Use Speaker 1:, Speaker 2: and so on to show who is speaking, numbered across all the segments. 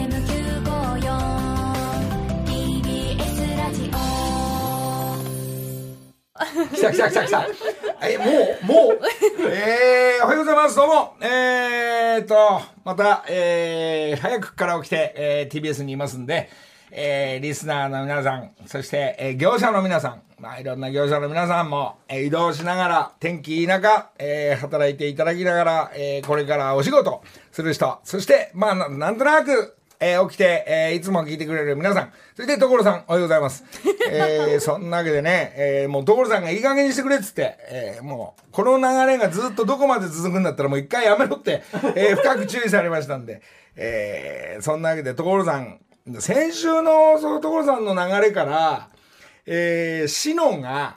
Speaker 1: AM905 AM954 TBS ラジオ
Speaker 2: 来た来た来た来た。え、もう、もう。えー、おはようございます。どうも。えーっと、また、えー、早くから起きて、えー、TBS にいますんで、えー、リスナーの皆さん、そして、えー、業者の皆さん、まあ、いろんな業者の皆さんも、えー、移動しながら、天気いい中、えー、働いていただきながら、えー、これからお仕事する人、そして、まあ、ななんとなく、えー起きて、えーいつも聞いてくれる皆さん。そして、所さん、おはようございます。えーそんなわけでね、えーもう所さんがいい加減にしてくれっつって、えーもう、この流れがずっとどこまで続くんだったらもう一回やめろって、えー深く注意されましたんで、えーそんなわけで所さん、先週のその所さんの流れから、えー、シノが、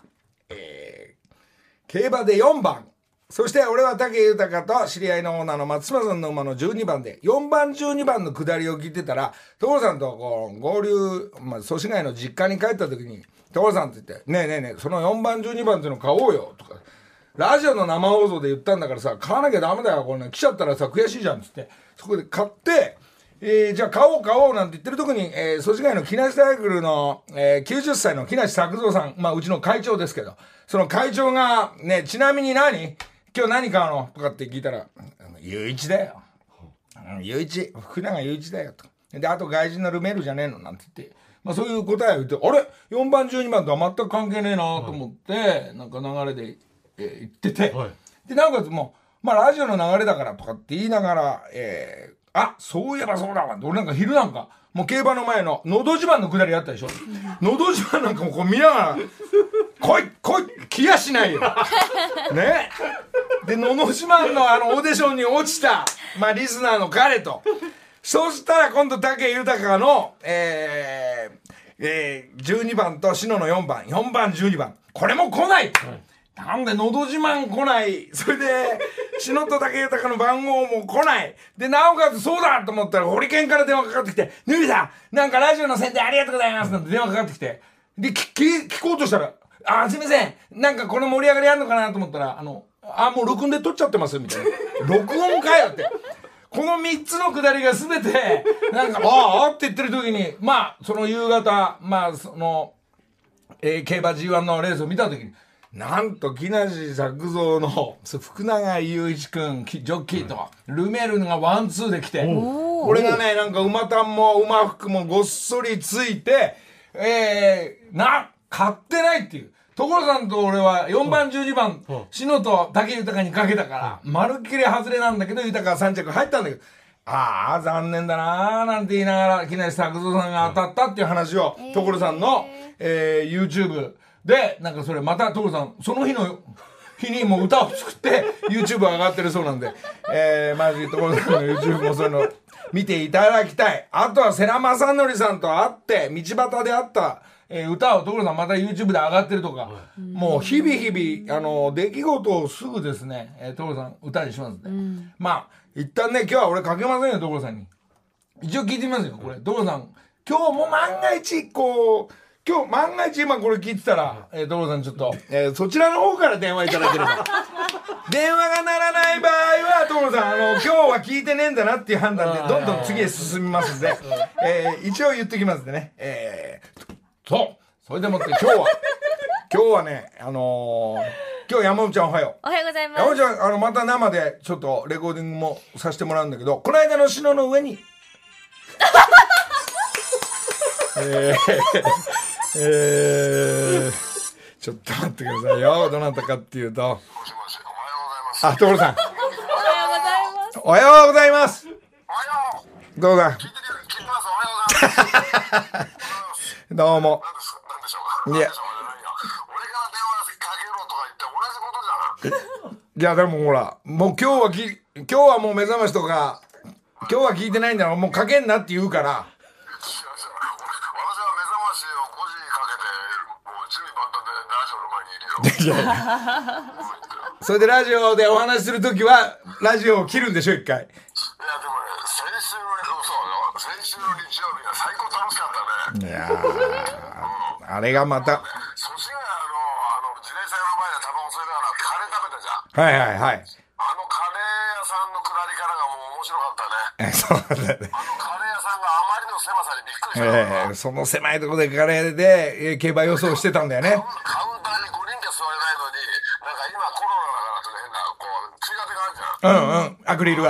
Speaker 2: 競馬で4番。そして俺は武豊と知り合いのオーナーの松島さんの馬の12番で、4番12番の下りを聞いてたら、所さんとこう合流、まあ、祖師ヶ谷の実家に帰った時に、所さんって言って、ねえねえねえ、その4番12番っていうの買おうよ、とか。ラジオの生放送で言ったんだからさ、買わなきゃダメだよ、これ、ね、来ちゃったらさ、悔しいじゃん、つって。そこで買って、えーじゃあ買おう買おうなんて言ってる時に、えー、祖師ヶ谷の木梨サイクルの、えー90歳の木梨作造さん、まあうちの会長ですけど、その会長が、ね、ちなみに何今日何買うのとかって聞いたら、あのゆういちだよ。うん、ゆういち、福永ゆういちだよと。で、あと外人のルメールじゃねえのなんて言って、まあそういう答えを言って、あれ ?4 番12番とは全く関係ねえなと思って、なんか流れで、えー言ってて、
Speaker 3: はい
Speaker 2: で、なおかつもう、まあラジオの流れだからとかって言いながら、えーあ、そういえばそうだわ。俺なんか昼なんか、もう競馬の前の、のど自慢のくだりあったでしょ。のど自慢なんかもこう見ながら、来い来い来やしないよ。ねで「ののしまん」のあのオーディションに落ちた、まあ、リスナーの彼とそうしたら今度武豊のえーえー12番と篠の4番4番12番これも来ない、なんで「のど自慢」来ないそれで篠と武豊の番号も来ないでなおかつそうだと思ったらホリケンから電話かかってきて「ヌビさんなんかラジオの宣伝ありがとうございます」なんて電話かかってきてで聞聞聞こうとしたらあ、すみません。なんかこの盛り上がりあるのかなと思ったら、あの、あ、もう録音で撮っちゃってますみたいな。 録音かよって。この3つのくだりが全て、なんか、ああって言ってる時に、まあ、その夕方、まあ、その、えー競馬 G1 のレースを見た時に、なんと木梨作造のそう福永祐一君きジョッキーと、ルメールがワンツーで来てこれがねなんか馬単も馬服もごっそりついてえー、な買ってないっていう所さんと俺は4番12番篠と武豊にかけたからまるっきり外れなんだけど豊が3着入ったんだけどああ残念だなーなんて言いながら木梨作造さんが当たったっていう話を所さんの、えー YouTube でなんかそれまた所さんその日の日にもう歌を作って YouTube 上がってるそうなんで、えー、マジで所さんの YouTube もそういうの見ていただきたいあとは世良正則さんと会って道端で会った、えー歌を所さんまた YouTube で上がってるとか、もう日々日々あの出来事をすぐですね、えー、所さん歌にしますんで、まあ一旦ね今日は俺かけませんよ所さんに。一応聞いてみますよこれ所さん今日も万が一こう今日万が一今これ聞いてたら、えー、所さんちょっと、えーそちらの方から電話いただければ電話が鳴らない場合は所さんあの今日は聞いてねえんだなっていう判断でどんどん次へ進みますんで、えー一応言っときますんでねえーそうそれでもって今日は今日はねあのー今日山本ちゃんおはよう
Speaker 1: おはようございます
Speaker 2: 山ちゃん、あの、また生でちょっとレコーディングもさせてもらうんだけど、この間の篠の上に。えー、えー、ちょっと待ってくださいよ。どなたかっていうと。あ、所
Speaker 1: おは
Speaker 2: さん。
Speaker 1: ようございます
Speaker 2: おはようございます。
Speaker 4: おはよう。
Speaker 2: どうだ
Speaker 4: 聞いてる聞いてます。おはようございます。
Speaker 2: どうも。
Speaker 4: なんでしょうか。
Speaker 2: いや
Speaker 4: なんでしょうかじゃないよ。俺が電話かけろとか言って同じことじゃん。
Speaker 2: いや、でもほら、もう今日はき、今日はもう目覚ましとか、今日は聞いてないんだろ、もうかけんなって言うから、
Speaker 4: 私は目覚ましを5時にかけて、もう準備万端でラジオの 前にいるよ。
Speaker 2: それでラジオでお話しするときは、ラジオを切るんでしょ、一回。
Speaker 4: いや、でもね、先週の、そうよ、先週の日曜日が最高楽しかったね。
Speaker 2: いやーあれがまた、
Speaker 4: そしてあの、あの、自転車の前でタバコ吸いながらカ
Speaker 2: はいは
Speaker 4: レー食べたじゃん。
Speaker 2: いはい。
Speaker 4: あのカレー屋さんの下りからがもう面白かったね。
Speaker 2: えそうだね。
Speaker 4: あのカレー屋さんがあまりの狭さにびっくりしたから
Speaker 2: えーその狭いところでカレーでえー競馬予想してたんだよね。
Speaker 4: カウンターに5人で座れないのに、なんか今コロナだからちょっと変な、こう、追加手があるじ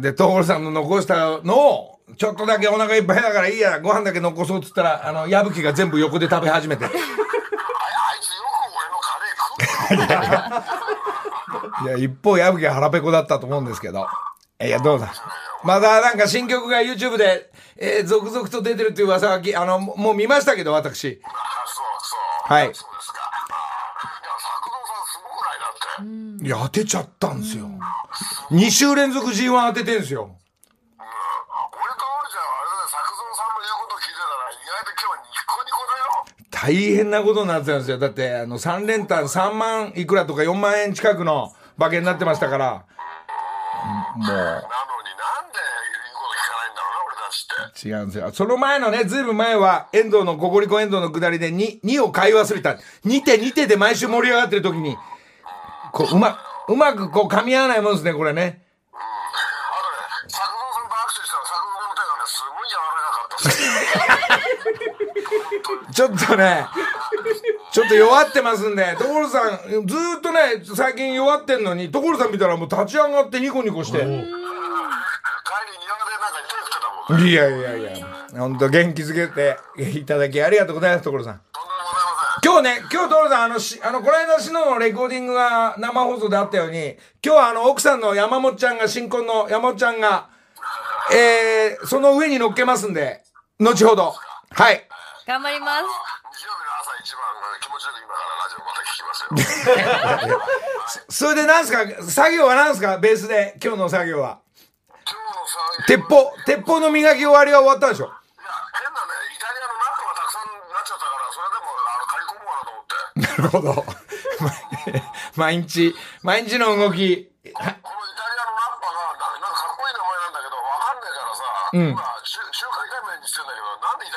Speaker 2: うんうん、アクリルは。
Speaker 4: ん。あれもう、あれ馬の出走前だぞ、俺らは。本当に。
Speaker 2: で、所さんの残したのを、ちょっとだけお腹いっぱいだからいいや、ご飯だけ残そうっつったら、あの、矢吹が全部横で食べ始めて。
Speaker 4: あいあいつよく俺のカレー食うな。
Speaker 2: いや、一方、矢吹は腹ペコだったと思うんですけど。いや、どうだ。まだなんか新曲が YouTube で、えー続々と出てるっていう噂はき、あの、ももう見ましたけど、私。
Speaker 4: あそうそう。
Speaker 2: はい
Speaker 4: そうですか。あいや、作動さんすごくないだって。
Speaker 2: いや、当てちゃったんですよ。2週連続 G1 当ててんですよ。
Speaker 4: 俺とオルちゃんはあれだね、作造さんの言うこと聞いてたら、意外と今日ニコ
Speaker 2: 大変
Speaker 4: ニコだよ。
Speaker 2: なことになってたんですよ。だって、あの、3連単3万いくらとか4万円近くの馬券になってましたから。もう。
Speaker 4: なのになんで言うこと聞かないんだろうな、俺たちって。
Speaker 2: 違うんですよ。その前のね、ずいぶん前は、遠藤の、ココリコ遠藤の下りで2、2を買い忘れた。2手2手で毎週盛り上がってる時に、こう、うま、うまくこう噛み合わないもんですね、これね。
Speaker 4: あとね、作造さんと握手したら、作造の手がね、すごい柔らかかったっす。
Speaker 2: ちょっとね、ちょっと弱ってますんで、所さん、ずーっとね、最近弱ってんのに、所さん見たらもう立ち上がってニコニコして。
Speaker 4: 帰り庭でなんか手振ってたもん。とんでもござい
Speaker 2: いやいやいや、ほんと元気づけていただきありがとうございます、所さん。
Speaker 4: ません。
Speaker 2: 今日ね、今日、トロさん、あの、し、あの、この間、しののレコーディングが生放送であったように、今日はあの、奥さんの山本ちゃんが、新婚の山本ちゃんが、えー、その上に乗っけますんで、後ほど。はい。
Speaker 1: 頑張ります。
Speaker 4: 日曜日の朝一番気持ちよく今からラジオまた聞きますよ。
Speaker 2: それで何すか、作業は何すか、ベースで、今日の作業は。
Speaker 4: 今日のさ、い
Speaker 2: 鉄砲、鉄砲の磨き終わりは終わったでしょ。
Speaker 4: や、変なね、イタリアのなんとかたくさんなっちゃったから、それでも、あの、借り込もうか
Speaker 2: なるほ
Speaker 4: なと思って。
Speaker 2: ど。 毎日、 毎日の動き。
Speaker 4: このイタリアのラッパがな、なんかかっこいい名前なんだけど、わかんないからさ、今、中中華イタリアにしてんだけど、なんでイタ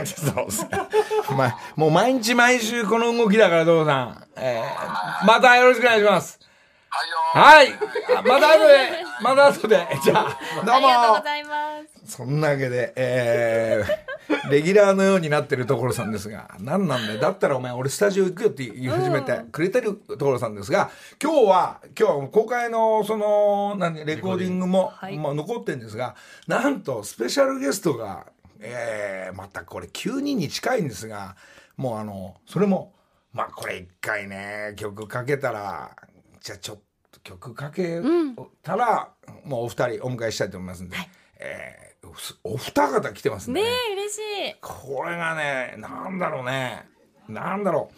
Speaker 4: リアのラッパ中華なんだかよくわかんない よ。俺
Speaker 2: そうそう。まあ、もう毎日毎週この動きだから、どうさん。えー、またよろしくお願いします。
Speaker 4: はいよー。
Speaker 2: はい。あまた後で、また後で。じゃあ、ど
Speaker 1: あ
Speaker 2: う
Speaker 1: りがとうご
Speaker 2: も。
Speaker 1: ざいます。
Speaker 2: そんなわけで、えー、レギュラーのようになってる所さんですが、何なんだよ。だったらお前、俺スタジオ行くよって言い始めてくれてる所さんですが、今日は、今日は公開の、その、何、レコーディングも、
Speaker 1: い
Speaker 2: まあ、残ってるんですが、なんと、スペシャルゲストが、えー、またこれ、9人に近いんですが、もうあの、それも、まあ、これ一回ね、曲かけたら、じゃあちょっと曲かけたら、もうお二人お迎えしたいと思いますんで、えーすお二方来てますんで
Speaker 1: ね
Speaker 2: ね、
Speaker 1: え、嬉しい。
Speaker 2: これがね、なんだろうね、なんだろ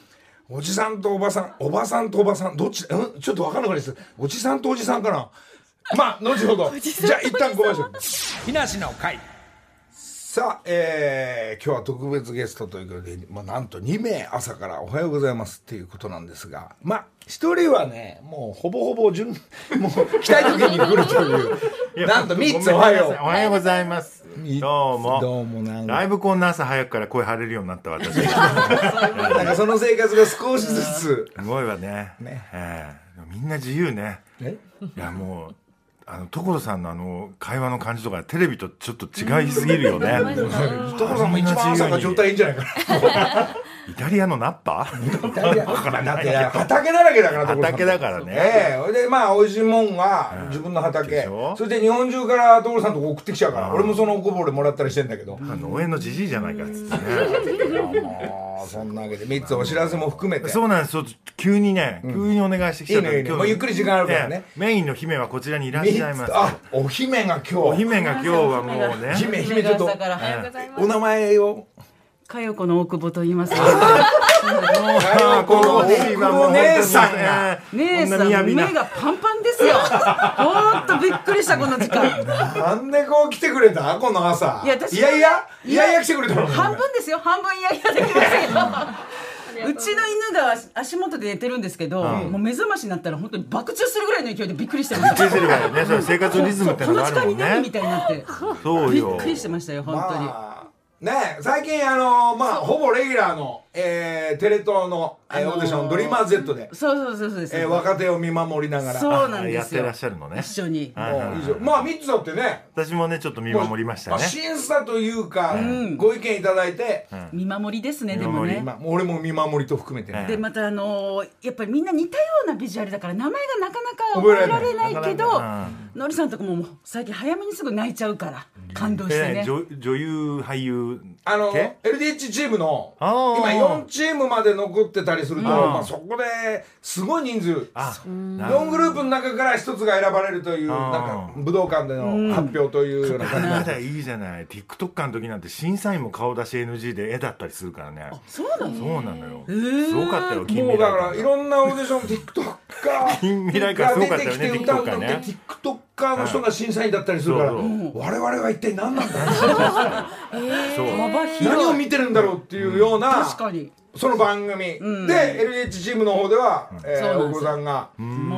Speaker 2: う、おじさんとおばさん、おばさんとおばさん、どっち、うん、ちょっとわかんなくなりです。おじさんとおじさんかな。まあ、後ほど。じゃあ、一旦ごめんなさい。ひなしの会。さあ、えー、今日は特別ゲストということで、まあ、なんと2名朝からおはようございますっていうことなんですが、まあ、一人はね、もうほぼほぼ順、もう来たい時に来るとい、
Speaker 3: いうや
Speaker 2: なんと
Speaker 3: ごめん
Speaker 2: 3
Speaker 3: な
Speaker 2: つ
Speaker 3: さい
Speaker 2: おはよ
Speaker 3: おはようございます。
Speaker 2: う。
Speaker 3: どうも。
Speaker 2: どうもなんか
Speaker 3: だいぶこんな朝早くから声張れるようになった私。す
Speaker 2: なんかその生活が少しずつ。
Speaker 3: ごいわね。
Speaker 2: ね
Speaker 3: ええみんな自由ね。
Speaker 2: え
Speaker 3: いやもう。あの所さんのあの会話の感じとかテレビとちょっと違いすぎる よね。
Speaker 2: 所さんも一番朝が状態いいんじゃないか
Speaker 3: イタリアのナッパ？
Speaker 2: な。だって畑だらけだから、所さん
Speaker 3: 畑だからね。
Speaker 2: ええそれでまあ美味しいもんは自分の畑
Speaker 3: でしょ
Speaker 2: それで日本中から所さんとこ送ってきちゃうから俺もそのおこぼれもらったりしてんだけど
Speaker 3: 農園のじじいじゃないかっつってね。
Speaker 2: ああそんなわけで3つお知らせも含めて
Speaker 3: そうなんです。そう急にね、急にお願いしてきちゃったんで
Speaker 2: いいねいいね
Speaker 3: 今日
Speaker 2: もうゆっくり時間あるからね
Speaker 3: ええメインの姫はこちらにいらっ
Speaker 2: 三
Speaker 3: し
Speaker 2: つ
Speaker 3: ゃいます。
Speaker 2: あお姫が今日
Speaker 3: お姫が今日はもうね。
Speaker 2: 姫姫ちょっと
Speaker 1: おはようございます。
Speaker 2: お名前を
Speaker 5: かよこの大久保と言います。
Speaker 2: あーこのお姉さんが。
Speaker 5: 姉さん、
Speaker 3: こんな雅
Speaker 5: 目
Speaker 3: な
Speaker 5: がパンパンですよ。ほんとびっくりした、この時間。
Speaker 2: なんでこう来てくれたこの朝。
Speaker 5: いや私
Speaker 2: いやいや、いやいや来てくれたの。
Speaker 5: 半分ですよ、半分いやいやできますけど。うちの犬が足元で寝てるんですけど、もう目覚ましになったら本当に爆中するぐらいの勢いでびっくりしてました。
Speaker 3: 出てるわよね。それ生活のリズムって
Speaker 5: こ
Speaker 3: の
Speaker 5: の
Speaker 3: があ
Speaker 5: 時
Speaker 3: る
Speaker 5: 間
Speaker 3: も
Speaker 5: に
Speaker 3: ん
Speaker 5: 何
Speaker 3: ね。
Speaker 5: みたいになって。
Speaker 3: そう
Speaker 5: びっ
Speaker 3: よ。
Speaker 5: くりしてましたよ、本当に。
Speaker 2: まあねえ最近あのーまあほぼレギュラーの、えーテレ東の、えー
Speaker 5: あのー
Speaker 2: オーディション「ドリーマー z で、
Speaker 5: そうそうそうそうです。
Speaker 2: えー若手を見守りながら
Speaker 5: そうなん
Speaker 3: あ
Speaker 5: で
Speaker 3: やっ
Speaker 5: す
Speaker 3: てら
Speaker 5: よ
Speaker 3: っ。しゃるのね。
Speaker 5: 一緒に。
Speaker 3: は
Speaker 2: あ
Speaker 3: いはい
Speaker 2: もう以上まあミッツだってね
Speaker 3: 私もねちょっと見守りました
Speaker 2: ま
Speaker 3: ね
Speaker 2: あ。審査というか、ご意見いただいて、
Speaker 5: 見守りですね、でも
Speaker 3: 見守
Speaker 5: ね
Speaker 3: り。
Speaker 2: まあ、俺も見守りと含めてね、
Speaker 5: でまたあのーやっぱりみんな似たようなビジュアルだから名前がなかなか
Speaker 2: 覚
Speaker 5: 覚
Speaker 2: えら
Speaker 5: えら
Speaker 2: れ
Speaker 5: れ
Speaker 2: な
Speaker 5: ないいけど
Speaker 3: なかなか
Speaker 5: のりさんとかももう最近早めにすぐ泣いちゃうから感動して
Speaker 3: で
Speaker 5: ね
Speaker 3: 女女優俳優
Speaker 2: あの
Speaker 3: 系
Speaker 2: LDH チームの
Speaker 3: あー
Speaker 2: 今4チームまで残ってたりすると、
Speaker 3: ん
Speaker 2: まあ、そこですごい人数
Speaker 3: あな
Speaker 2: 4グループの中から1つが選ばれるというなん
Speaker 3: あ
Speaker 2: か
Speaker 3: ー
Speaker 2: 武道館での発表というような感じ
Speaker 3: まだいいじゃない TikTok の時なんて審査員も顔出し NG で絵だったりするからね
Speaker 5: そうなの
Speaker 3: そうなのよ、すごかったよ近
Speaker 2: もう
Speaker 3: 未
Speaker 2: だ
Speaker 3: 来
Speaker 2: からいろんなオーディション
Speaker 3: 近
Speaker 2: TikToker
Speaker 3: 未来感すごか
Speaker 2: が
Speaker 3: った
Speaker 2: 出てき
Speaker 3: よね
Speaker 2: て歌うの
Speaker 3: TikTok
Speaker 2: っ
Speaker 3: ね
Speaker 2: て TikToker の人が審査員だったりするから
Speaker 3: そう
Speaker 2: 我
Speaker 3: そう
Speaker 2: 々は一体何なんだろ う
Speaker 3: そう
Speaker 5: 幅広い
Speaker 2: 何を見てるんだろうっていうような
Speaker 5: 確かに
Speaker 2: その番組で LH チームの方ではえ
Speaker 5: そ
Speaker 2: ー
Speaker 5: うなん
Speaker 2: 大久
Speaker 5: ですよ
Speaker 2: 保さんが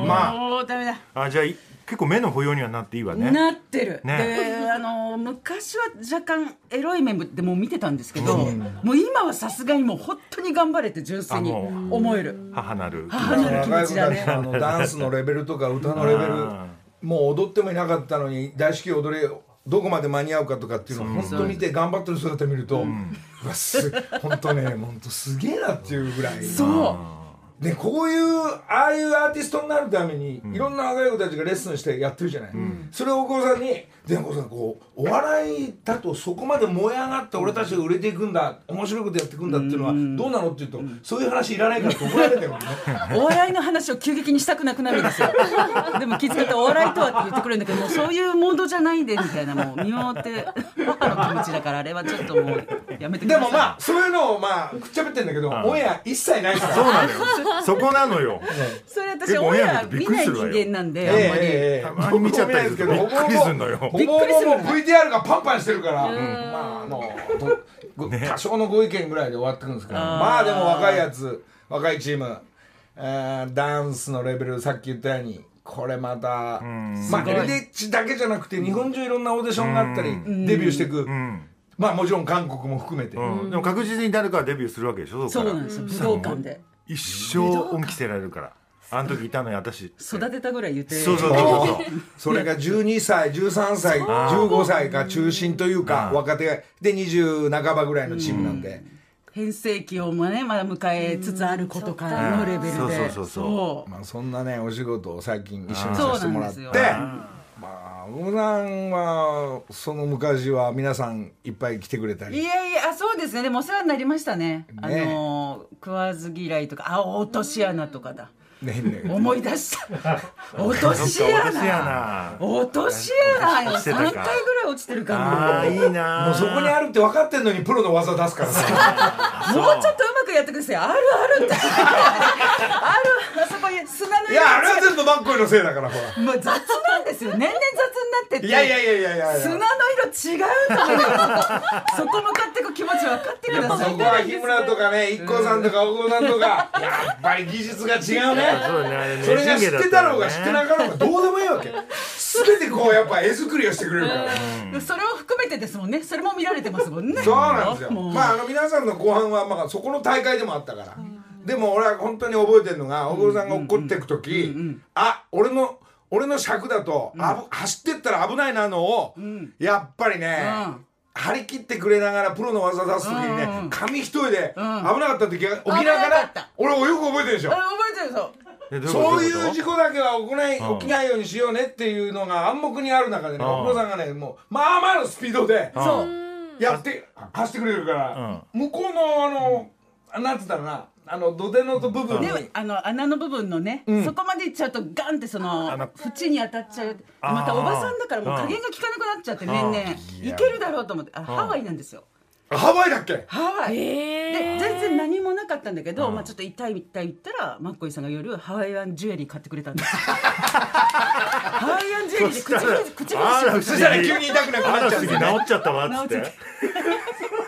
Speaker 2: まあ
Speaker 5: もうダメだ
Speaker 3: あじゃあい結構目の保養にはなっていいわね
Speaker 5: なってる
Speaker 3: ね
Speaker 5: であのー昔は若干エロい面でも見てたんですけどもう今はさすがにもう本当に頑張れて純粋に
Speaker 3: あも
Speaker 5: 思える
Speaker 3: 母なる
Speaker 5: 母なる気
Speaker 2: 若
Speaker 5: 持
Speaker 2: い
Speaker 5: ち
Speaker 2: 子
Speaker 5: だ
Speaker 2: たち
Speaker 5: ね
Speaker 2: のあのダンスのレベルとか歌のレベル
Speaker 3: うん
Speaker 2: もう踊ってもいなかったのに大至急踊れよどこまで間に合うかとかっていうのを本当見て頑張ってる姿見ると、うわす本当ね本当すげえなっていうぐらい
Speaker 5: そう
Speaker 2: でこういうああいうアーティストになるために、いろんな若い子たちがレッスンしてやってるじゃない、それを大久保さんに「で大久保さんこうお笑いだとそこまで燃え上がって俺たちが売れていくんだ面白いことやっていくんだ」っていうのはどうなのっていうと、そういう話いらないからって怒られてるもんね
Speaker 5: お笑いの話を急激にしたくなくなるんですよでも気づいてお笑いとはって言ってくれるんだけどもうそういうモードじゃないでみたいなもう見守って母の気持ちだからあれはちょっともうやめてくだ
Speaker 2: で
Speaker 5: さ
Speaker 2: も
Speaker 5: い
Speaker 2: まあそういうのをまあくっちゃべってんだけど、
Speaker 3: ん
Speaker 2: オンエア一切ないから
Speaker 3: そうなのよそこな のよ
Speaker 5: それ私
Speaker 3: 結構
Speaker 5: オンエア
Speaker 3: オンエア見てびっ
Speaker 5: 見
Speaker 3: くり
Speaker 5: ない
Speaker 3: す
Speaker 5: 人
Speaker 3: るわよ
Speaker 5: 間なんであんまり、
Speaker 2: ええええ
Speaker 3: たまに見ちゃったりするとびっくりするのよ
Speaker 2: ほぼほぼもう VTR がパンパンしてるから、まああ のどご多少のご意見ぐらいで終わってくるんですけど、まあでも若いやつ若いチーム、えーダンスのレベルさっき言ったようにこれまた、まあ
Speaker 5: ごい
Speaker 2: LDH だけじゃなくて日本中いろんなオーディションがあったり、デビューしていく、まあもちろん韓国も含めて、
Speaker 3: うんでも確実に誰かはデビューするわけでしょ
Speaker 5: そ
Speaker 3: こ
Speaker 5: う
Speaker 3: から
Speaker 5: なんですよ武道館で
Speaker 3: 一生恩着せられるからあの時いたのよ私そう
Speaker 5: 育てたぐらい言って
Speaker 3: そうそうそうそう
Speaker 2: それが12歳13歳15歳が中心というか若手がで20半ばぐらいのチームなんで。
Speaker 5: 変成期をねまだ迎えつつあることからのレベルで
Speaker 3: うんそうそうそうそう
Speaker 5: そう
Speaker 2: まあ、そんなねお仕事を最近一緒に
Speaker 5: そ
Speaker 2: さ
Speaker 5: う
Speaker 2: せてもらって
Speaker 5: なんですよ
Speaker 2: まあ小野さんはその昔は皆さんいっぱい来てくれた
Speaker 5: い
Speaker 2: り
Speaker 5: やいやあそうですねでもお世話になりましたねあのー食わず嫌いとかあ落とし穴とかだ
Speaker 2: ねね
Speaker 5: 思い出した 落とし
Speaker 3: 落とし
Speaker 5: 穴
Speaker 3: 穴
Speaker 5: 落とし穴
Speaker 3: 落ちて
Speaker 5: 3
Speaker 3: たか
Speaker 5: 回ぐらい落ちてるか
Speaker 3: あ
Speaker 5: な
Speaker 3: ーいいなー
Speaker 2: もうそこにあるって分かってんのにプロの技出すから さ
Speaker 5: もうちょっとうまくやってくださいあるあるってあるあそこに砂の
Speaker 2: い
Speaker 5: 色
Speaker 2: やあれは全部マッコイのせいだからほら
Speaker 5: もう雑なんですよ年々雑になってて
Speaker 2: いやいやいやいやいやいや
Speaker 5: 砂の色違うと思うよそこ向かってく気持ち分かってくだ
Speaker 2: そ
Speaker 5: さい
Speaker 2: こは日村とかね IKKO さんとか大久保さんとかやっぱり技術が違う
Speaker 3: そう
Speaker 2: ね
Speaker 3: だねあれね
Speaker 2: それが知ってたろうが知ってな
Speaker 3: か
Speaker 2: かろうがどうでもいいわけ全てこうやっぱ絵作りをしてくれるから
Speaker 5: それを含めてですもんねそれも見られてますもんね
Speaker 2: そうなんですよ。
Speaker 5: もう
Speaker 2: まああの皆さんの後半はまあそこの大会でもあったから。でも俺は本当に覚えてるのが大黒さんが怒っていく時、あ俺の俺の尺だと、あぶ走ってったら危ないなのを、やっぱりね。
Speaker 5: うん
Speaker 2: 張り切ってくれながらプロの技出す時にね、紙一重で危なかった時が起きなが
Speaker 5: 危なからった、
Speaker 2: 俺をよく覚えてるでしょ
Speaker 5: あ覚えてるぞ
Speaker 3: ら
Speaker 2: そういう事
Speaker 3: 故
Speaker 2: 故だけは起きない、
Speaker 3: うん
Speaker 2: 起きないようにしようねっていうのが暗黙にある中でね、
Speaker 3: うん
Speaker 2: お父さんがね、もう、まあまあのスピードで、やって、走ってくれるから、向こうの、あの、なんつったらな、あの、土手の部分に、
Speaker 5: であの穴の部分のね、そこまでいっちゃうとガンってその
Speaker 3: の
Speaker 5: 縁に当たっちゃう
Speaker 3: あー
Speaker 5: またおばさんだからも
Speaker 3: う
Speaker 5: う
Speaker 3: ん
Speaker 5: 加減が効かなくなっちゃって年々
Speaker 3: いや
Speaker 5: いけるだろうと思ってあハワイなんですよ
Speaker 2: ハワイだっけ
Speaker 5: ハワイで
Speaker 1: え
Speaker 5: 全然何もなかったんだけど、まあ、ちょっと痛い痛い言ったらマッコイさんが夜ハワイアンジュエリー買ってくれたんですハワイアンジュエリーで
Speaker 3: そし
Speaker 5: 口
Speaker 3: たらあら不思
Speaker 5: 紅口紅して
Speaker 2: そしたら急に痛くなく
Speaker 3: あ
Speaker 2: なっ
Speaker 3: ら
Speaker 2: ちゃう
Speaker 3: 次
Speaker 2: ん
Speaker 3: 治
Speaker 2: だよね
Speaker 3: っちゃったわっつって
Speaker 5: 治っちゃっ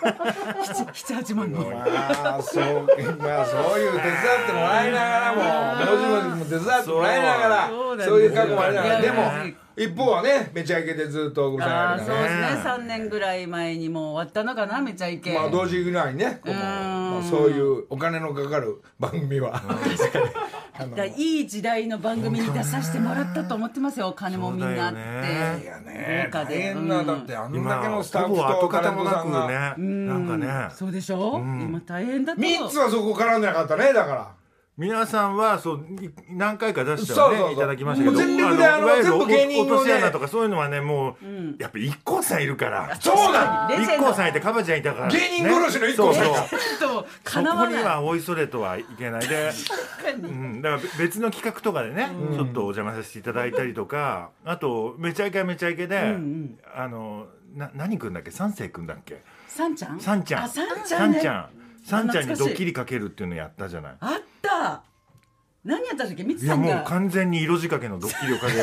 Speaker 5: 78万の
Speaker 2: まあそうまあそういう手伝ってもらいながらももじもじも手伝ってもらいながら
Speaker 5: そう
Speaker 2: そういう過去もありながら
Speaker 5: い
Speaker 2: で
Speaker 5: や
Speaker 2: も
Speaker 5: いや
Speaker 2: 一方はねめちゃイケでずっとござい
Speaker 5: あ
Speaker 2: ま
Speaker 5: あ
Speaker 2: す
Speaker 5: そう
Speaker 2: か
Speaker 5: で
Speaker 2: らね
Speaker 5: すね3年ぐらい前にもう終わったのかなめちゃイケ、
Speaker 2: まあ同時ぐらいにねこうまあそういうお金のかかる番組 はあの
Speaker 5: だからいい時代の番組に出させてもらったと思ってますよお金もみんなあっ
Speaker 3: そうだよ
Speaker 2: い
Speaker 5: て、
Speaker 2: やね
Speaker 5: 豪華
Speaker 2: 大
Speaker 5: で
Speaker 2: 変なだってあんだけの
Speaker 3: 今
Speaker 2: スタッフ
Speaker 3: ほぼ
Speaker 2: と
Speaker 3: 跡
Speaker 2: タレ
Speaker 3: 形
Speaker 2: ン
Speaker 3: も
Speaker 2: ト
Speaker 3: な
Speaker 2: さ
Speaker 3: く
Speaker 2: んが
Speaker 3: ねなんかね
Speaker 5: そうでしょ、今大変だと
Speaker 2: 3つはそこ絡んでなかったねだから
Speaker 3: 皆さんはそうい何回か出して
Speaker 2: そうそう
Speaker 3: は
Speaker 2: そう
Speaker 3: ねいただきましたけど
Speaker 2: もう全力であの
Speaker 3: いわゆる
Speaker 2: 全部芸人のね
Speaker 3: お落とし穴とかそういうのはねもう、やっぱ一光さんいるから
Speaker 2: そうだ
Speaker 5: レジェンド
Speaker 3: IKKO さんいてカバちゃんいたから、
Speaker 2: 芸人殺しの IKKO さん
Speaker 3: そう
Speaker 2: が
Speaker 3: そう
Speaker 5: と
Speaker 3: そ
Speaker 5: かな
Speaker 3: こ
Speaker 5: わ
Speaker 3: に
Speaker 5: ない
Speaker 3: はおいそれとはいけない で、うん、だから別の企画とかでね、ちょっとお邪魔させていただいたりとかあとめちゃイケはめちゃイケで、あのな何くんだっけ三世くんだっけ
Speaker 5: さんちゃん
Speaker 3: さんちゃん
Speaker 5: あさんちゃん
Speaker 3: さん
Speaker 5: ね
Speaker 3: ちゃんさんちゃんに
Speaker 5: 懐かし
Speaker 3: ド
Speaker 5: い
Speaker 3: ッキリかけるっていうのやったじゃない
Speaker 5: あった何やったんだっけみつ
Speaker 3: い
Speaker 5: さ
Speaker 3: や
Speaker 5: ん
Speaker 3: もう
Speaker 5: が
Speaker 3: 完全に色仕掛けのドッキリをかける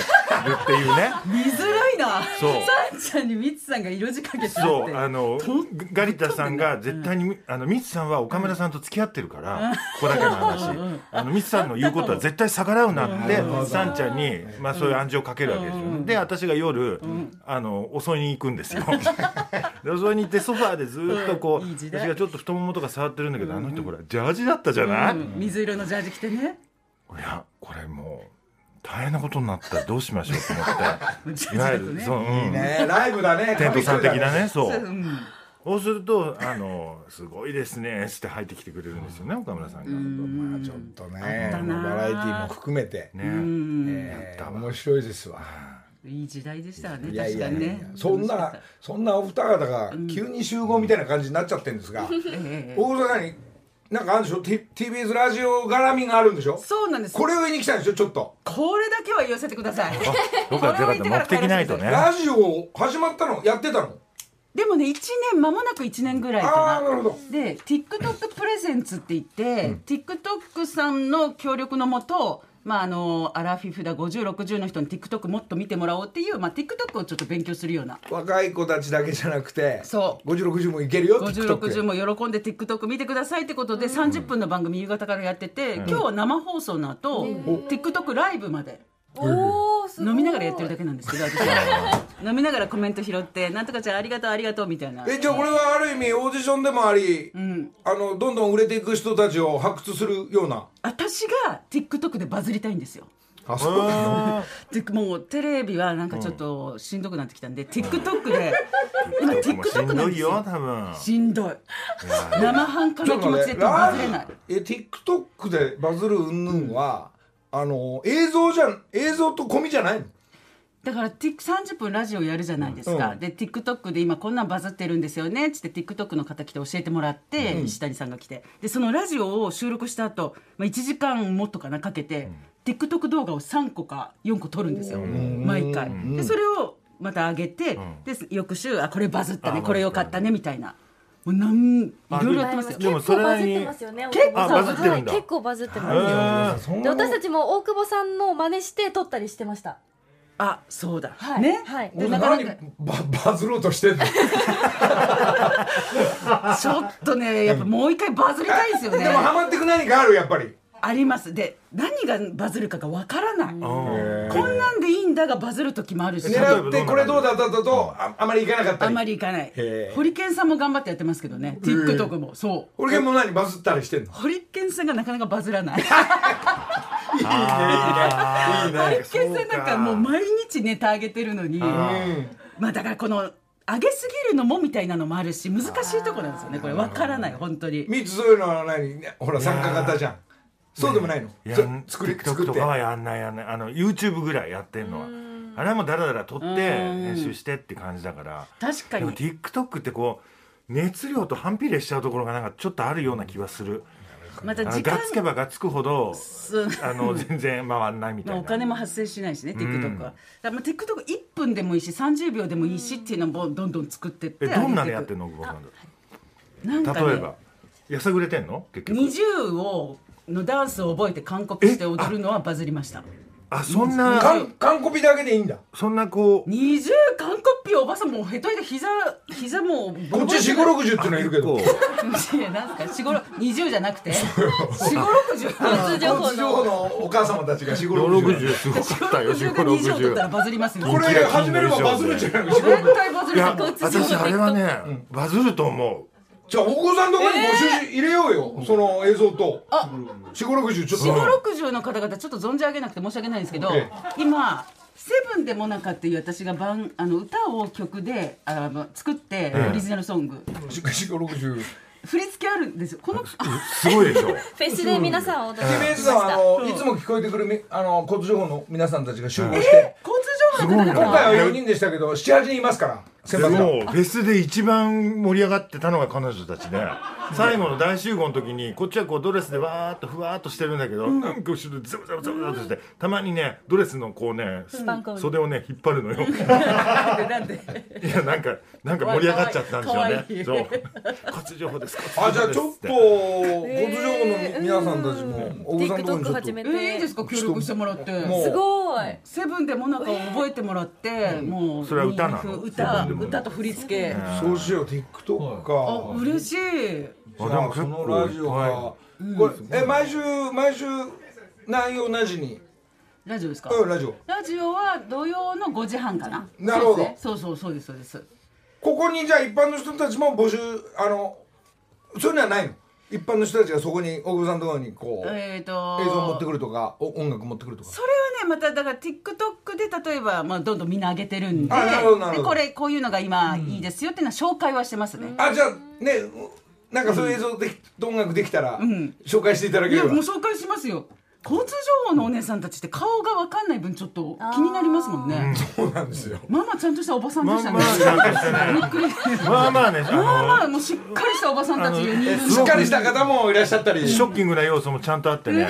Speaker 3: っていうね
Speaker 5: 見づらいな
Speaker 3: そう
Speaker 5: さんちゃんにみつさんが色仕掛けたって
Speaker 3: そうあの
Speaker 5: と
Speaker 3: ガリタさんが絶対に、あのミツさんは岡村さんと付き合ってるから、ここだけの話、あのミツさんの言うことは絶対逆らうなって、さんちゃんに、まあ、そういう暗示をかけるわけですよ、で私が夜、あの襲いに行くんですよで襲いに行ってソファーでずっとこう、
Speaker 5: うんいい時代
Speaker 3: 私がちょっと太ももとか触ってるんだけど、あの人ほらジャージだったじゃない、
Speaker 5: うん水色のジャージ着てね
Speaker 3: いやこれもう大変なことになったらどうしましょうと思
Speaker 5: ジ
Speaker 3: っ
Speaker 5: ャージ
Speaker 3: ていわ
Speaker 5: だ
Speaker 3: ゆ
Speaker 5: と
Speaker 3: る
Speaker 5: ね
Speaker 3: その、うん
Speaker 2: ねライブだね
Speaker 3: テントさん的
Speaker 2: 神来るだ
Speaker 3: な
Speaker 2: ね
Speaker 3: ねそう
Speaker 5: う。ん
Speaker 3: そうすると「あのすごいですね」って入ってきてくれるんですよね岡村さんが。
Speaker 2: まあちょっとね
Speaker 5: あったな
Speaker 2: バラエティーも含めて
Speaker 3: ね
Speaker 2: えー面白いですわ
Speaker 5: いい時代でしたね
Speaker 2: いやい
Speaker 5: 確
Speaker 2: や
Speaker 5: か
Speaker 2: いや
Speaker 5: に
Speaker 2: いや
Speaker 5: ね
Speaker 2: そんなそんなお二方が急に集合みたいな感じになっちゃってるんですが大阪になんかあるんでしょ T- TBS ラジオ絡みがあるんでしょ
Speaker 5: そうなんです
Speaker 2: これを言いに来たんでしょちょっと
Speaker 5: これだけは言わせてください
Speaker 3: よかったよかった目的ないとね。
Speaker 2: ラジオ始まったのやってたの
Speaker 5: でもね1年間もなく1年ぐらい
Speaker 2: ああ
Speaker 5: か
Speaker 2: なるほど
Speaker 5: なで TikTok プレゼンツって言って、TikTok さんの協力のもとまああのアラフィフだ5060の人に TikTok もっと見てもらおうっていう、まあ、TikTok をちょっと勉強するような
Speaker 2: 若い子たちだけじゃなくて
Speaker 5: そう
Speaker 2: 5060もいけるよ TikTok
Speaker 5: 5060も喜んで TikTok 見てくださいってことで30分の番組夕方からやってて、今日は生放送の後、TikTok ライブまで
Speaker 1: おーすごい
Speaker 5: 飲みながらやってるだけなん ですけど私は飲みながらコメント拾って「なんとかちゃんありがとうありがとう」みたいな
Speaker 2: えじゃあこれはある意味オーディションでもあり、あのどんどん売れていく人たちを発掘するような
Speaker 5: 私が TikTok でバズりたいんですよ
Speaker 2: あそうなの
Speaker 5: でもうテレビはなんかちょっとしんどくなってきたんで、TikTok で
Speaker 3: TikTok
Speaker 5: 今
Speaker 3: もし
Speaker 5: TikTok
Speaker 3: ん
Speaker 5: な
Speaker 3: ど
Speaker 5: んで
Speaker 3: い
Speaker 5: す
Speaker 3: よ
Speaker 5: よ
Speaker 3: 多分。
Speaker 5: しんどい生半可
Speaker 2: ちょ
Speaker 5: な
Speaker 2: っ
Speaker 5: 気
Speaker 2: と
Speaker 5: 持ち
Speaker 2: ね
Speaker 5: でバ
Speaker 2: ラ
Speaker 5: ズれない
Speaker 2: え TikTok でバズる云々は、あの映像じゃん映像と込みじゃないの
Speaker 5: だからティック30分ラジオやるじゃないですか、
Speaker 2: うん
Speaker 5: で TikTok で今こんなんバズってるんですよねっつって TikTok の方来て教えてもらって、石谷さんが来てでそのラジオを収録した後、まあ1時間もっとかなかけて、TikTok 動画を3個か4個撮るんですよ、毎回でそれをまた上げて、で翌週あこれバズったねこれよかったねみたいなもうなんいろいろやってますよ
Speaker 3: でも
Speaker 1: 結構
Speaker 3: それ
Speaker 1: バ
Speaker 3: な
Speaker 1: ズ
Speaker 3: り
Speaker 1: っ
Speaker 3: に
Speaker 1: てますよね
Speaker 5: 結
Speaker 1: 大
Speaker 5: 構
Speaker 1: 久保さ
Speaker 3: あバズってるんだ
Speaker 1: はい結構バズってます
Speaker 3: えー
Speaker 2: そん
Speaker 1: で
Speaker 2: なもん
Speaker 1: 私たちも大久保さんの真似して撮ったりしてました
Speaker 5: あそうだ、
Speaker 1: はい
Speaker 5: ね、
Speaker 1: はい
Speaker 2: 俺
Speaker 5: でなか
Speaker 2: 何
Speaker 5: なか
Speaker 2: ババズろうとしてんの
Speaker 5: ちょっとねやっぱもう一回バズりたいですよね
Speaker 2: でもハマってく何かあるやっぱり
Speaker 5: ありますで何がバズるかがわからない、
Speaker 3: うん
Speaker 5: こんなんでいいんだがバズる時もあるし
Speaker 3: えば
Speaker 2: 狙ってこれどうだったととああまりいかなかった
Speaker 5: あ
Speaker 2: り
Speaker 5: んまりいかない
Speaker 2: へえ
Speaker 5: ホリケンさんも頑張ってやってますけどね TikTok もそう
Speaker 2: 俺がもう何バズったりしてんの
Speaker 5: ホリケンさんがなかなかバズら ない
Speaker 3: あー
Speaker 5: ホリケンさんなんかもう毎日ネタ上げてるのにまあだからこの上げすぎるのもみたいなのもあるし難しいとこなんですよねこれわからない本当に
Speaker 2: 三つそういうのは何ねほら参加型じゃんそうでもないの
Speaker 3: や
Speaker 2: そ
Speaker 3: ん
Speaker 2: 作り
Speaker 3: TikTok
Speaker 2: 作
Speaker 3: と
Speaker 2: って
Speaker 3: かはやんないやんないあの YouTube ぐらいやってんのはあれはもうダラダラ撮って編集してって感じだから
Speaker 5: 確か
Speaker 3: でも
Speaker 5: に
Speaker 3: TikTok ってこう熱量と反比例しちゃうところがなんかちょっとあるような気がする
Speaker 5: また
Speaker 3: あの
Speaker 5: 時
Speaker 3: が
Speaker 5: 間
Speaker 3: っつけばがっつくほど
Speaker 5: そう
Speaker 3: あの全然回んないみたい
Speaker 5: まあ
Speaker 3: な
Speaker 5: お金も発生しないしね TikTok は、だからまあ TikTok1 分でもいいし30秒でもいいしっていうのもどんどん作ってって
Speaker 3: えどんなのやって
Speaker 5: る
Speaker 3: んの大久保さんだ
Speaker 5: なんかね
Speaker 3: 例えばやさぐれてんの結局
Speaker 5: 20をのダンスを覚えて韓国して踊るのはバズりました
Speaker 3: あそんな
Speaker 2: かん完コピだけでいいんだ
Speaker 3: そんなこう
Speaker 5: 20韓国ピおばさんもうへといで膝膝もう
Speaker 2: こ
Speaker 5: ボロ
Speaker 2: っ
Speaker 5: ボ
Speaker 2: ち4
Speaker 5: ロ
Speaker 2: 5 60っていうのいるけど
Speaker 3: こ
Speaker 5: いやなんすか四五六20じゃなくて四五六十
Speaker 1: 交通情報
Speaker 2: 交通情報のお母様たちが4 5 60
Speaker 3: 60すごかったよ
Speaker 5: 4 5 6
Speaker 3: 460
Speaker 5: 0取ったらバズりますよ
Speaker 2: これ始めればバズるんじゃないの4 5 60
Speaker 5: 絶対バズ
Speaker 3: い
Speaker 5: る
Speaker 3: や
Speaker 5: 交通
Speaker 3: 私あれはねバズると思う
Speaker 2: じゃあお子さんとかに募集し入れようよその映像と4 5 60ちょっ
Speaker 5: 四五
Speaker 2: と
Speaker 5: 六十の方々ちょっと存じ上げなくて申し訳ないんですけど
Speaker 2: え
Speaker 5: 今セブンでもなかっていう私が番あの歌を曲であの作ってオリジナルソング
Speaker 2: 4 5 60
Speaker 5: 振り付けあるんですよこの
Speaker 3: すごいでしょ
Speaker 1: フェスで皆さん踊りま
Speaker 2: イメージ
Speaker 1: した
Speaker 2: さんあのいつも聞こえてくるみあの交通情報の皆さんたちが集合して
Speaker 5: 交通情報
Speaker 3: す
Speaker 5: の方
Speaker 3: ご
Speaker 2: 今
Speaker 3: いな
Speaker 5: 々が
Speaker 2: 回は4人でしたけど78人いますから先発が
Speaker 3: もうフェスで一番盛り上がってたのが彼女たちで最後の大集合の時にこっちはこうドレスでわーっとふわーっとしてるんだけど、なんか後ろでザブザブザブザブしてたまにねドレスのこうね
Speaker 1: パンコール
Speaker 3: 袖をね引っ張るのよ
Speaker 5: なんで
Speaker 3: いやなんかなんか盛り上がっちゃったんです よね
Speaker 5: かわいい
Speaker 3: そう骨情報ですか
Speaker 2: あじゃあちょっと交通情報の皆さんたちもお子さんとかに
Speaker 1: TikTok
Speaker 2: ちょっ
Speaker 1: 始
Speaker 2: と
Speaker 1: め
Speaker 5: えーいいです
Speaker 1: て
Speaker 5: か協力してもらって
Speaker 2: もう
Speaker 1: すごい
Speaker 5: セブンでもなかを覚えてもらってもう
Speaker 3: それは歌なの
Speaker 5: リーフ歌歌と振り付け
Speaker 2: そうしよう TikTok
Speaker 5: あ
Speaker 2: か
Speaker 5: 嬉しい
Speaker 2: じゃあそのラジオはこれえ毎週毎週内容なじに
Speaker 5: ラジオですか
Speaker 2: うんラジオ
Speaker 5: ラジオは土曜の5時半かな
Speaker 2: なるほど
Speaker 5: そうですねそうそうそうですそうです
Speaker 2: ここにじゃあ一般の人たちも募集あのそういうのはないの一般の人たちがそこに大久保さんのところにこう、
Speaker 5: えーと
Speaker 2: 映像持ってくるとかお音楽持ってくるとか
Speaker 5: それはねまただから TikTok で例えば、まあ、どんどんみんな上げてるんで
Speaker 2: あなるほどなるほ
Speaker 5: で
Speaker 2: ど
Speaker 5: これこういうのが今いいですよっていうのは紹介はしてますね、
Speaker 2: あじゃあねうなんかそういう映像でき、音楽できたら、紹介していただけれ
Speaker 5: いや
Speaker 2: ば
Speaker 5: もう紹介しますよ交通情報のお姉さんたちって顔が分かんない分ちょっと気になりますもんね
Speaker 2: そうなんですよ
Speaker 5: ママちゃんとしたおばさんでしたね
Speaker 3: まあまあちゃんとしたね
Speaker 5: びっくり
Speaker 3: まあまあねあの
Speaker 5: まあまあもうしっかりしたおばさんたち4人いるんで
Speaker 2: しっかりした方もいらっしゃったり
Speaker 3: ショッキングな要素もちゃんとあってね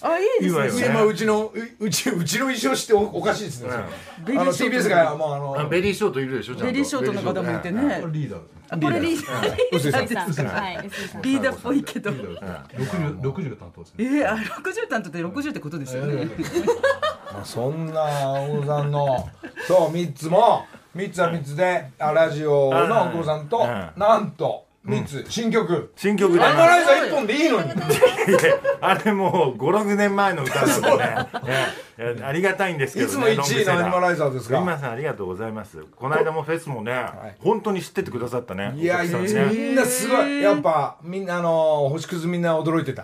Speaker 5: あいいです
Speaker 3: いいわ
Speaker 5: ね
Speaker 3: よ
Speaker 2: い
Speaker 3: ね
Speaker 2: やまあうちのううちうちの衣装しておおかしいですね、
Speaker 5: ベリ
Speaker 2: あ
Speaker 5: ー
Speaker 2: の
Speaker 5: ショート
Speaker 2: TBS がもうあの
Speaker 3: あベリーショートいるでしょちゃんと
Speaker 5: ベリーショートの方もいてね
Speaker 6: リーダー
Speaker 5: あこれリーダー
Speaker 2: 薄井さん
Speaker 5: リーダーですか
Speaker 1: はい薄井さん
Speaker 5: リーダーっぽいけど
Speaker 6: 60 60担当です
Speaker 5: え
Speaker 6: ね
Speaker 5: ー、あ60担当って60ってことですよね、
Speaker 2: まあそんな大久保さんの そう3つも3つは3つであラジオの大久保さんと
Speaker 3: うん
Speaker 2: なんと3つ新曲
Speaker 3: 新曲で
Speaker 2: アナライザー1本でいいのに
Speaker 3: いや あれもう56年前の歌 なんでねねいやありがたいんですけ
Speaker 2: い
Speaker 3: ど、ね、
Speaker 2: つも1
Speaker 3: ロング
Speaker 2: 位
Speaker 3: セ
Speaker 2: の
Speaker 3: ラ
Speaker 2: アニマライザーです
Speaker 3: すみ
Speaker 2: が
Speaker 3: ませんありがとうございますこの間もフェスもね、本当に知っててくださったね
Speaker 2: いや
Speaker 3: お
Speaker 2: い
Speaker 3: 客
Speaker 2: や
Speaker 3: さん
Speaker 2: み
Speaker 3: ね
Speaker 2: んなすごいやっぱみんなあの星屑みんな驚いてた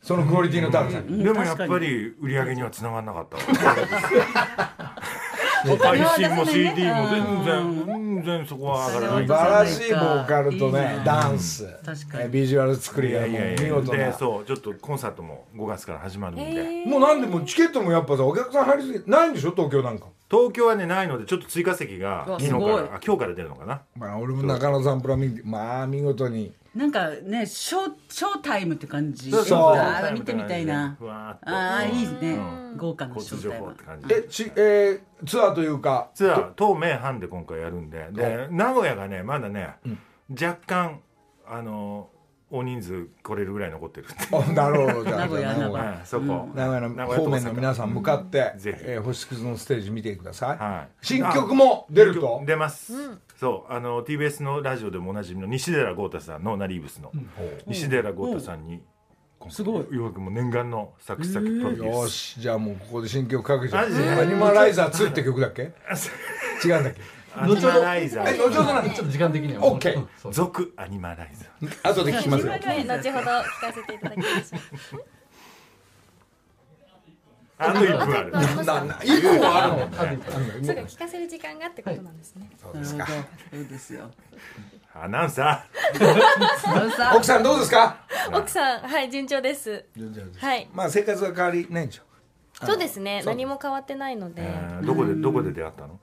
Speaker 2: そのクオリティの高さに
Speaker 3: でもやっぱり売り上げには繋がんな かったわ配信も CD も全然全然そこは上がらない
Speaker 2: 素晴らしいボーカルとねダンス
Speaker 5: 確かに
Speaker 2: えビジュアル作
Speaker 3: い
Speaker 2: りが
Speaker 3: や
Speaker 2: もう
Speaker 3: いやい
Speaker 2: 見
Speaker 3: や
Speaker 2: 事
Speaker 3: で
Speaker 2: な
Speaker 3: そうちょっとコンサートも5月から始まるんで、
Speaker 2: もうなんでもチケットもやっぱさお客さん入りすぎてないんでしょ東京なんか
Speaker 3: 東京はねないのでちょっと追加席が
Speaker 5: うわ
Speaker 3: 昨日か
Speaker 5: すごい
Speaker 3: らあ今日から出るのかな
Speaker 2: まあ俺も中野サンプラ見てまあ見事に
Speaker 5: なんかねショーショータイムって感じ
Speaker 2: そうそう
Speaker 5: あー見てみたいな
Speaker 3: ふわーっと
Speaker 5: ああいいね、豪華なショ
Speaker 3: 交通情
Speaker 5: ータイ
Speaker 3: 報っ
Speaker 5: ム
Speaker 3: て感じ
Speaker 2: えち、えーツアーというか
Speaker 3: ツアー東名阪で今回やるんでで名古屋がねまだね、若干あの大人数来れるぐらい残ってるんで
Speaker 2: あなるほどじゃあ
Speaker 5: 名古屋
Speaker 2: じゃあ
Speaker 5: 名古
Speaker 3: はいそこ
Speaker 2: 名古屋の方面の皆さん向かって、
Speaker 3: ぜひ
Speaker 2: えー星屑のステージ見てください、
Speaker 3: はい
Speaker 2: 新曲も出ると
Speaker 3: 出ます、そうあの TBS のラジオでもおなじみの西寺豪太さんのナリーブスの、西寺豪太さんにすごいようやくもう念願の作詞作プロデュ
Speaker 2: よ
Speaker 3: ース
Speaker 2: しじゃあもうここで新曲かけちゃう
Speaker 3: マジで
Speaker 2: アニマライザー2って曲だっけ違うんだっけ
Speaker 3: アニマライザ
Speaker 2: え後ほ
Speaker 3: ー
Speaker 2: どなんで
Speaker 6: ちょっと時間的には
Speaker 2: オッケー
Speaker 6: そう
Speaker 3: 続アニマライザー
Speaker 2: 後で聞きますよ
Speaker 1: はい後ほど聞かせていただきます
Speaker 3: あと1分ある
Speaker 2: なな一個はあるのね
Speaker 1: そうか聞かせる時間がってことなんですね
Speaker 2: そうですか
Speaker 5: そうですよ
Speaker 3: アナウンサ
Speaker 5: さ
Speaker 2: 奥さんどうですか
Speaker 1: 奥さんはい順調ですはい
Speaker 2: まあ生活は変わりないんでしょ
Speaker 1: そうですね
Speaker 2: そう
Speaker 1: 何も変わってないので
Speaker 3: えーどこでどこで出会ったの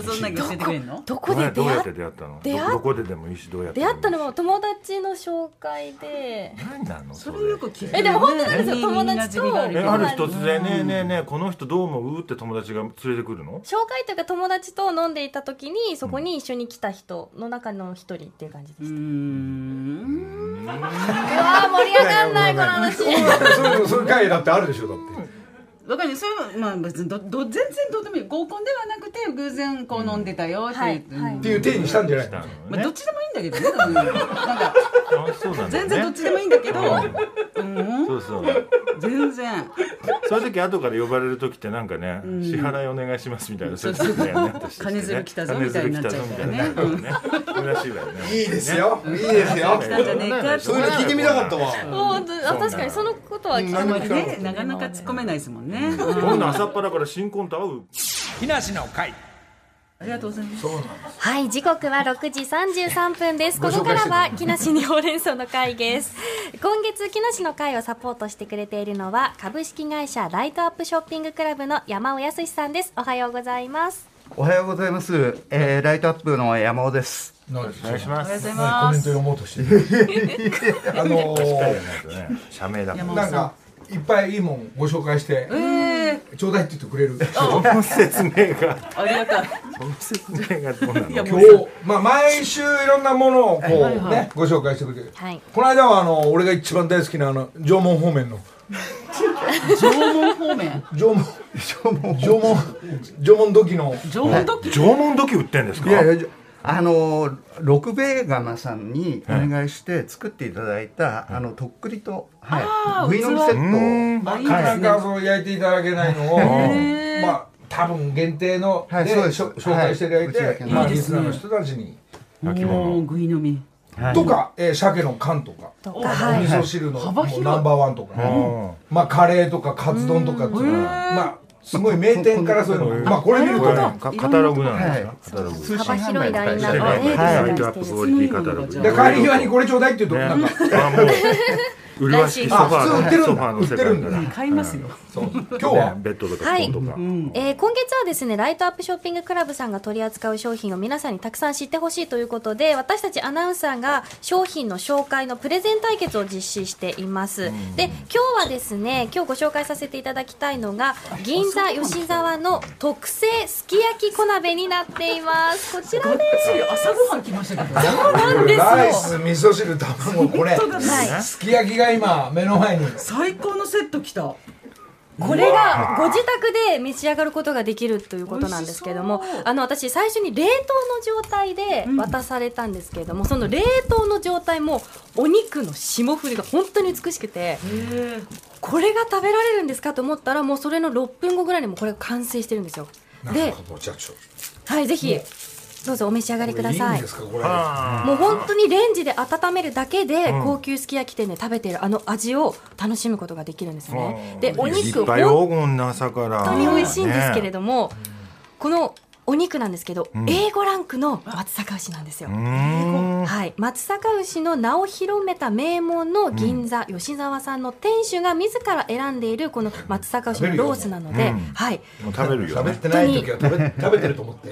Speaker 5: そんなん教えてくれんの
Speaker 1: どこで
Speaker 3: ど
Speaker 1: 出会
Speaker 3: うや
Speaker 1: っ
Speaker 3: って出会ったの
Speaker 1: 出会っ
Speaker 3: どどこででもいいしどうやって
Speaker 1: 出
Speaker 3: で
Speaker 1: 会
Speaker 3: もいいし
Speaker 1: ったのも友達の紹介で
Speaker 3: 何なのそ
Speaker 5: そ
Speaker 3: れ
Speaker 5: れよく聞く
Speaker 1: えでも本当なんですよ
Speaker 5: ね
Speaker 1: 友達と
Speaker 5: みんな馴染み
Speaker 3: え
Speaker 5: が
Speaker 3: あ
Speaker 5: ある
Speaker 3: る日突然「ねえねえねえこの人どう思う?」って友達が連れてくるの
Speaker 1: 紹介というか友達と飲んでいた時にそこに一緒に来た人の中の一人っていう感じで
Speaker 5: う
Speaker 1: し
Speaker 5: ー
Speaker 1: た、
Speaker 5: ん
Speaker 1: うわー盛り上がんないこの 話
Speaker 6: そういうそういう回だってあるでしょだって
Speaker 5: わかるそれはまあ別にどど全然どうでもいい合コンではなくて偶然こう飲んでたよって、
Speaker 1: はいいうはい
Speaker 6: っていう体にしたんじゃない
Speaker 3: 来たの
Speaker 6: の
Speaker 5: まあ、ど
Speaker 3: ね
Speaker 5: っちでもいいんだけどねうんなんか
Speaker 3: あそうなんだよね
Speaker 5: 全然どっちでもいいんだけど、
Speaker 3: そうそう
Speaker 5: うん、全然
Speaker 3: そういう時後から呼ばれる時ってなんかね、支払いお願いしますみたいなそういう時だよね私たちね
Speaker 5: 金づる来たぞみたいになっちゃうからね
Speaker 3: 金づる来たぞみたいななんかね虚しいわよね
Speaker 6: いいですよいいですよ
Speaker 5: 来たんじゃねえかって
Speaker 6: そういうの聞いてみたかったわ
Speaker 1: 本当あ確かにそのことは聞いたことない
Speaker 5: ねなかなか突っ込めないですもんね、うん
Speaker 3: こんな朝っぱらから新婚と会う
Speaker 2: 木梨の会
Speaker 5: ありがとうございます
Speaker 1: はい、時刻は6時33分です。ここからは、木梨にほうれん草の会です。今月、木梨の会をサポートしてくれているのは、株式会社ライトアップショッピングクラブの山尾康さんです。おはようございます。
Speaker 7: おはようございます、えーライトアップの山尾です
Speaker 3: お願いしま
Speaker 5: おはよう
Speaker 3: す
Speaker 5: ござい
Speaker 6: コ
Speaker 5: ま
Speaker 6: メント
Speaker 5: す
Speaker 6: 読もうとしてる
Speaker 2: あのー
Speaker 3: ね社名だもん
Speaker 2: なんかいっぱいいいもんご紹介して
Speaker 5: え
Speaker 2: ちょうだいって言ってくれる
Speaker 3: その説明が
Speaker 5: ー、ありがたい
Speaker 3: その説明がどうなの
Speaker 5: いやも
Speaker 2: 今
Speaker 5: う
Speaker 2: 日まあ毎週いろんなものをこうねご紹介してくれてる
Speaker 1: はい。
Speaker 2: この間はあの俺が一番大好きなあの縄文方面の
Speaker 5: 縄文方面
Speaker 2: 縄文縄文縄文縄文土器の
Speaker 5: 縄文時
Speaker 3: 縄文土器売ってんですか
Speaker 7: いやいやじゃあのー六兵衛釜さんにお願いして作っていただいた、あのとっくりと、
Speaker 5: あー
Speaker 7: はい、ぐい飲みセ
Speaker 3: う
Speaker 7: ッ
Speaker 3: ーん
Speaker 2: な
Speaker 5: あいいですね
Speaker 2: かなかそう焼いていただけないのを
Speaker 5: へー
Speaker 2: まあ多分限定の
Speaker 7: はいそう
Speaker 2: で
Speaker 7: です
Speaker 2: しょ紹介していただい
Speaker 7: はい内
Speaker 2: て
Speaker 7: 訳の
Speaker 2: まあリスナーの人たちに
Speaker 3: 秋
Speaker 5: もう
Speaker 3: 物
Speaker 5: 食い飲み
Speaker 7: ト、はい
Speaker 2: とかえー鮭の缶とか
Speaker 1: と
Speaker 2: お
Speaker 1: か、はい。
Speaker 2: 味噌汁の
Speaker 5: 幅
Speaker 2: も
Speaker 5: 広
Speaker 2: う
Speaker 5: い
Speaker 2: ナンバーワンとか
Speaker 3: うん
Speaker 2: まあカレーとかカツ丼とかっていうのはまあすごい名店からそういうのまあこれ見る
Speaker 3: ことれ
Speaker 2: ね
Speaker 3: かカタログなんですかカ
Speaker 7: は
Speaker 3: タログ
Speaker 7: 通
Speaker 1: 幅広いラインナ
Speaker 3: で
Speaker 1: ッ
Speaker 3: ラ
Speaker 1: プで、はい
Speaker 3: イトアップクオリティカタログ
Speaker 5: はい
Speaker 2: で帰り際にこれちょうだいって言うと
Speaker 3: ね
Speaker 2: なんか
Speaker 3: あもう麗しきソファー
Speaker 2: あ普通売ってるんだ
Speaker 3: ソファーの世界
Speaker 2: 売ってるんだ
Speaker 5: 買いますよ
Speaker 2: そう今日
Speaker 3: ね
Speaker 2: は
Speaker 3: ベッドとか布団とか、
Speaker 1: えー今月はですねライトアップショッピングクラブさんが取り扱う商品を皆さんにたくさん知ってほしいということで私たちアナウンサーが商品の紹介のプレゼン対決を実施しています、で今日はですね今日ご紹介させていただきたいのが銀座吉沢の特製すき焼き小鍋になっていますこちらで
Speaker 5: つい朝ごはん来ましたけど
Speaker 1: なんですよ
Speaker 2: ライス味噌汁卵これ
Speaker 5: 本当だ
Speaker 1: はい
Speaker 2: すき焼きが今目の前に
Speaker 5: 最高のセット来た
Speaker 1: これがご自宅で召し上がることができるということなんですけども
Speaker 5: 美味しそう
Speaker 1: あの私最初に冷凍の状態で渡されたんですけれども、その冷凍の状態もお肉の霜降りが本当に美しくてこれが食べられるんですかと思ったらもうそれの6分後ぐらいにもうこれが完成してるんですよで、
Speaker 2: じゃあちょっ
Speaker 1: はい、ぜひどうぞお召し上がり
Speaker 2: と
Speaker 1: く
Speaker 2: こ
Speaker 1: だ
Speaker 2: れいい
Speaker 1: さ
Speaker 2: ん
Speaker 1: い
Speaker 2: ですかこれ
Speaker 3: あ
Speaker 1: もう本当にレンジで温めるだけで、高級すき焼き店で食べているあの味を楽しむことができるんですねでお
Speaker 3: 立
Speaker 1: 肉
Speaker 3: 派よこんな朝から
Speaker 1: 本当に美味しいんですけれ
Speaker 3: ど、
Speaker 1: ども、このお肉なんですけど、A5 ランクの松阪牛なんですよ。
Speaker 3: ね
Speaker 1: はい、松阪牛の名を広めた名門の銀座吉沢さんの店主が自ら選んでいるこの松阪牛のロースなので、はい、
Speaker 3: うーんもう食べるよ、
Speaker 6: 喋っ
Speaker 3: ね、
Speaker 6: てない時は食べ食べてると思って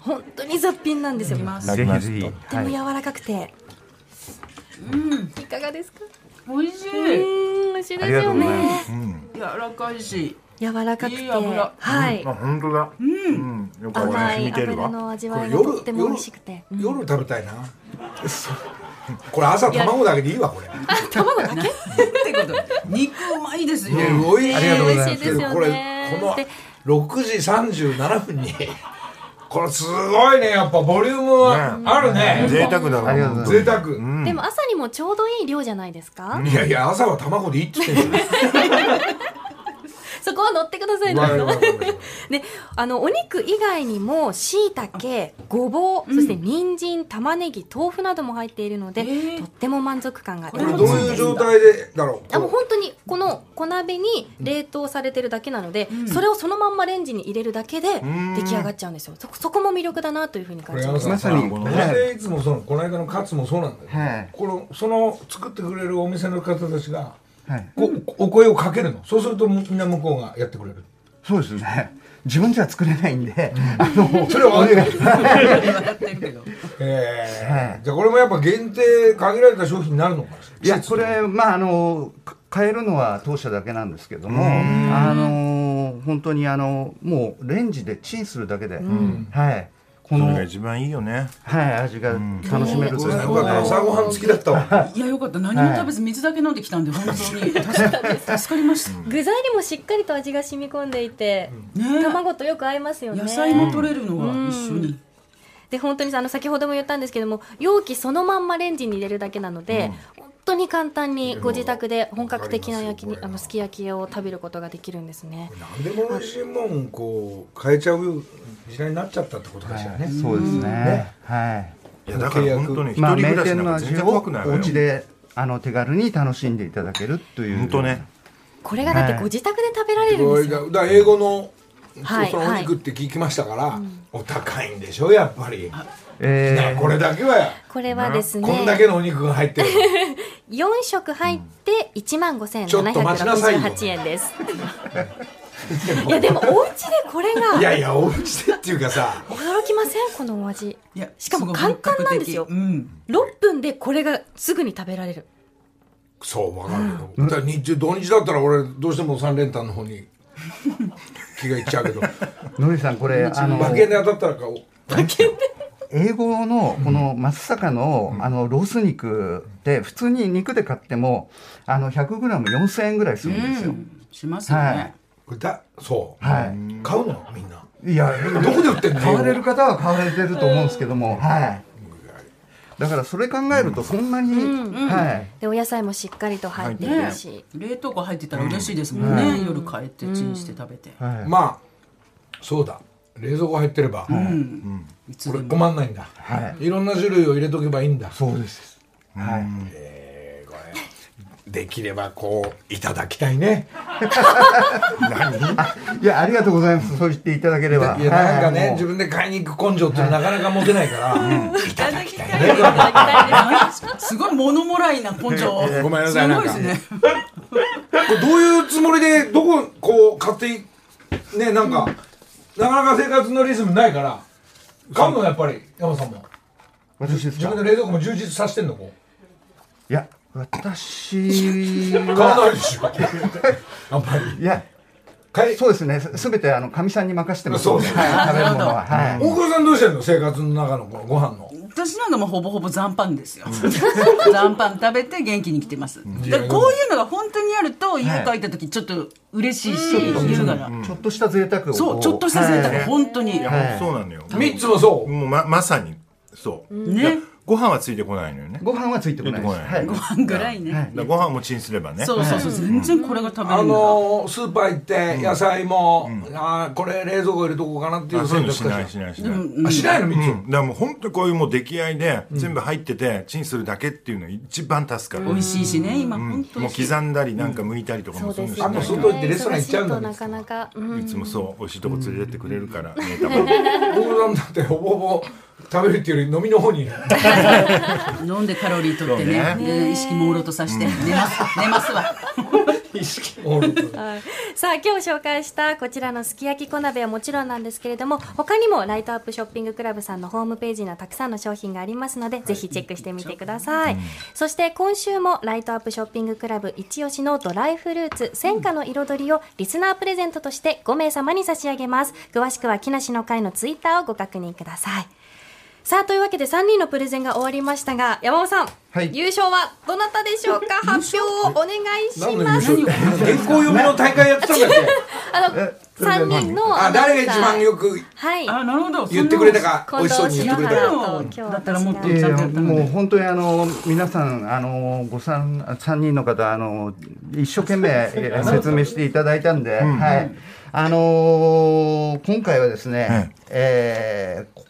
Speaker 1: 本当に絶品なんですよ。
Speaker 5: ます
Speaker 3: いただきます
Speaker 7: ぜひぜ
Speaker 1: と
Speaker 7: ひ
Speaker 1: ても
Speaker 7: はい
Speaker 1: 柔らかくて、いかがですか？
Speaker 5: 美味し
Speaker 1: う
Speaker 5: い
Speaker 1: ーん、美味しいです
Speaker 7: ありがと
Speaker 1: よ
Speaker 7: うござい
Speaker 1: ね。
Speaker 7: ます、
Speaker 5: 柔らかいし
Speaker 1: 柔らかくて、
Speaker 5: いい脂
Speaker 1: はい、
Speaker 3: あ本当だうん、よくわか
Speaker 1: 甘
Speaker 3: ります
Speaker 1: い
Speaker 3: 似てる
Speaker 1: 油
Speaker 3: わ
Speaker 1: の味
Speaker 2: こ
Speaker 1: わ
Speaker 2: れ
Speaker 1: いが
Speaker 2: 夜
Speaker 1: とっても美味しくて、うん
Speaker 2: 夜食べたいな これ朝卵だけでいいわこれ
Speaker 1: 卵だけ？
Speaker 5: ってこと肉うまいですよ
Speaker 2: おい
Speaker 7: ありがとうございます
Speaker 1: 美味しいですよね
Speaker 2: これこ
Speaker 1: で
Speaker 2: の6時37分にこれすごいねやっぱボリュームはあるね
Speaker 3: 贅沢だ
Speaker 7: ありがとう
Speaker 3: わ
Speaker 7: ござい
Speaker 2: 贅沢
Speaker 1: でも朝にもちょうどいい量じゃないですか、
Speaker 2: いやいや朝は卵でいいって言ってんじゃん
Speaker 1: そこは乗ってください
Speaker 2: わか るわ
Speaker 1: ね。
Speaker 2: かるわかる
Speaker 1: ね、あのお肉以外にも椎茸、ごぼう、そして人参、玉ねぎ、豆腐なども入っているので、
Speaker 5: ー
Speaker 1: とっても満足感が得
Speaker 2: こ
Speaker 1: られ
Speaker 2: れどう
Speaker 1: ます
Speaker 2: いう状態でだろう
Speaker 1: あもう本当にこの小鍋に冷凍されてるだけなので、それをそのまんまレンジに入れるだけで出来上がっちゃうんですよ。そこそこも魅力だなというふうに
Speaker 2: こ
Speaker 1: 感
Speaker 2: れ
Speaker 1: じ
Speaker 2: あ
Speaker 1: ま
Speaker 2: の
Speaker 1: す。
Speaker 2: さ
Speaker 7: まさに
Speaker 2: この
Speaker 7: はい
Speaker 2: いつもそのこの間のカツもそうなんだけど、
Speaker 7: はい
Speaker 2: このその作ってくれるお店の方たちが、
Speaker 7: はい
Speaker 2: こお声をかけるのそうするとみんな向こうがやってくれる
Speaker 7: そうですね。自分じゃ作れないんで、あの、
Speaker 2: それは
Speaker 7: お 願い。
Speaker 5: 笑ってるけど
Speaker 2: ええじゃあこれもやっぱ限定限られた商品になるのか
Speaker 7: いや、これ、まあ、あの、か買えるのは当社だけなんですけども、あの、本当にあの、もうレンジでチンするだけで、はい。こ
Speaker 3: そ
Speaker 7: の、
Speaker 3: れ
Speaker 7: は
Speaker 3: が
Speaker 7: い、
Speaker 3: 一番いいよね
Speaker 7: 味が楽しめるという
Speaker 6: よかった朝ごはん好きだったわ
Speaker 5: いやよかった何も食べず水だけ飲んできたんで本当 に助かりまし
Speaker 1: 具材にもしっかりと味が染み込んでいて、
Speaker 5: たね
Speaker 1: 卵とよく合いますよね
Speaker 5: 野菜も取れるのは一緒に
Speaker 1: で本当にあの先ほども言ったんですけども容器そのまんまレンジに入れるだけなので、本当に簡単にご自宅で本格的な焼きにあのすき焼きを食べることができるんですね。
Speaker 6: なんでも美味しいもんこう変えちゃう時代になっちゃったってことかしらね、
Speaker 7: そうですね。は
Speaker 3: い
Speaker 7: い。
Speaker 3: やだから本当に一人
Speaker 7: まあ、
Speaker 3: 暮ら
Speaker 7: 名
Speaker 3: しな
Speaker 7: 店
Speaker 3: ん
Speaker 7: の
Speaker 3: か全
Speaker 7: 味
Speaker 3: 然怖
Speaker 7: を
Speaker 3: くない
Speaker 7: お
Speaker 3: わよ
Speaker 7: 家であの手軽に楽しんでいただけるという
Speaker 3: 本当ね
Speaker 1: これがだって
Speaker 7: はい
Speaker 1: ご自宅で食べられるん
Speaker 2: こ
Speaker 1: で
Speaker 2: れ
Speaker 1: す
Speaker 2: だ
Speaker 1: よ。
Speaker 2: だから英語の
Speaker 1: はい
Speaker 2: そそのお肉って聞きましたから、お高いんでしょやっぱり、
Speaker 7: え
Speaker 2: だからこれだけは
Speaker 1: これはですね、
Speaker 2: こんだけのお肉が入ってる
Speaker 1: 4食入って1万
Speaker 2: ちょっと待ちなさいよ
Speaker 1: 55,768円です。いやでもお家でこれ
Speaker 2: いや
Speaker 1: が
Speaker 2: いやお家でっていうかさ
Speaker 1: 驚きませんこのお味。
Speaker 5: いや
Speaker 1: しかも簡単なんですよ
Speaker 5: ごい本格
Speaker 1: 6分でこれがすぐに食べられる。
Speaker 2: そうわかるけど、だから日中土日だったら俺どうしても三連単の方に気がいっちゃうけど
Speaker 7: のりさんこれあの
Speaker 2: 馬券で当たったら買おう
Speaker 7: 英語のこの松阪のあのロース肉って普通に肉で買ってもあの 100g4000 円ぐらいするんです
Speaker 5: 的う
Speaker 7: よ。
Speaker 5: んしますよね
Speaker 2: これだそう、
Speaker 7: はい。
Speaker 2: 買うのみんない
Speaker 7: や
Speaker 2: どこで売ってんの
Speaker 7: 買われる方は買われてると思うんですけども、はい。だからそれ考えるとそんなに、はい。
Speaker 1: でお野菜もしっかりと入っているし。
Speaker 5: 冷凍庫入ってたら嬉しいですもんね夜帰ってチンして食べて
Speaker 7: はい
Speaker 2: まあそうだ冷蔵庫入ってれば、
Speaker 5: いつ
Speaker 2: こ
Speaker 5: で
Speaker 2: れ
Speaker 5: も
Speaker 2: 困んないんだ、い、ろんな種類を入れとけばいいんだ
Speaker 7: そうです。はい。
Speaker 2: できればこういただきたいね
Speaker 7: いやありがとうございます。そう言っていただければ。
Speaker 2: いやなんか
Speaker 7: はい
Speaker 2: ね
Speaker 7: もう
Speaker 2: 自分で買いに行く根性ってなかなか持てないから、いただきたいね
Speaker 5: すごい物もらいな根性
Speaker 2: ごめんなさいなんか
Speaker 5: すごいですね
Speaker 2: これどういうつもりでどここう買っていねなんかなかなか生活のリズムないから買うのやっぱり山さんも
Speaker 7: 私です
Speaker 2: 自
Speaker 7: か
Speaker 2: 分。の冷蔵庫も充実させてんのこう
Speaker 7: いや
Speaker 2: 買
Speaker 7: 私は
Speaker 2: わないでしょあんまり
Speaker 7: いや
Speaker 2: 買い
Speaker 7: そうですね。すすべてあの神さんに任せてます。
Speaker 2: そうですね
Speaker 7: はい、食べるものは。はい。
Speaker 2: 大久保さんどうしてんの生活の中のこのご飯の
Speaker 5: 私なんかもうほぼほぼ残飯ですよ残飯食べて元気に来てますだからこういうのが本当にあると家帰った時ちょっと嬉しいし優雅な
Speaker 7: ちょっとした贅沢を。
Speaker 5: そうちょっとした贅
Speaker 7: はい
Speaker 5: 沢本当に
Speaker 3: いや、
Speaker 5: ね
Speaker 3: ほんとそうなのよ
Speaker 2: 三つもそう
Speaker 3: もうままさにそう、ご飯はついてこないのよね
Speaker 7: ご飯はついてこないです。
Speaker 3: ついてこない
Speaker 7: は
Speaker 5: ご飯ぐらいね、
Speaker 3: だからご飯もチンすればね
Speaker 5: そうそうそう、全然これが食べ
Speaker 2: あ
Speaker 5: れるんだ、
Speaker 2: のースーパー行って野菜も、あーこれ冷蔵庫入れとこうかなっていう
Speaker 3: あそういうの
Speaker 2: 選
Speaker 3: し
Speaker 2: 択肢
Speaker 3: ないしないしない、うん
Speaker 2: あしないの三つ、
Speaker 3: だからもう本当こういうもう出来合いで全部入っててチンするだけっていうのが一番助かる、
Speaker 5: 美味しいしね今本当に、
Speaker 3: もう刻んだりなんか剥いたりとかもそういうのしない
Speaker 2: あと
Speaker 3: か
Speaker 2: 外行ってレストラン行っちゃうん
Speaker 1: 忙
Speaker 2: だ
Speaker 1: しいとなかなか、うん
Speaker 3: らいつもそう美味しいとこ連れてってくれるから、ネタも
Speaker 2: 大久保さんだってほぼほぼ食べるっていうより飲みの方に
Speaker 5: 飲んでカロリー取ってね
Speaker 3: そう
Speaker 5: で意識朦朧とさせて、寝ます寝ますわ
Speaker 2: 意識を 折ると
Speaker 1: さあ今日紹介したこちらのすき焼き小鍋はもちろんなんですけれども他にもライトアップショッピングクラブさんのホームページにはたくさんの商品がありますので、ぜひチェックしてみてください、そして今週もライトアップショッピングクラブ一押しのドライフルーツ戦果の彩りをリスナープレゼントとして5名様に差し上げます詳しくは木梨の会のツイッターをご確認くださいさあというわけで3人のプレゼンが終わりましたが山尾さん、
Speaker 7: はい
Speaker 1: 優勝はどなたでしょうか発表をお願いします
Speaker 5: 何を
Speaker 2: 原稿読みの大会やってた んだっけ
Speaker 1: あの三人の
Speaker 2: あ誰が一番よく
Speaker 1: はい
Speaker 5: あなるほど
Speaker 2: 言ってくれたか
Speaker 1: 近
Speaker 2: 美味しそう
Speaker 1: 藤
Speaker 2: に言ってくれ
Speaker 5: た
Speaker 2: た
Speaker 5: か
Speaker 1: 篠
Speaker 2: か
Speaker 1: 原と今日
Speaker 5: だったらもっと
Speaker 7: いやい
Speaker 5: ちゃん
Speaker 7: や
Speaker 5: とやったの
Speaker 7: もう
Speaker 5: に
Speaker 7: 本当にあの皆さんあのごさん三人の方あの一生懸命 えー説明していただいたんで、はいあのー今回はですね、
Speaker 3: はい
Speaker 7: えー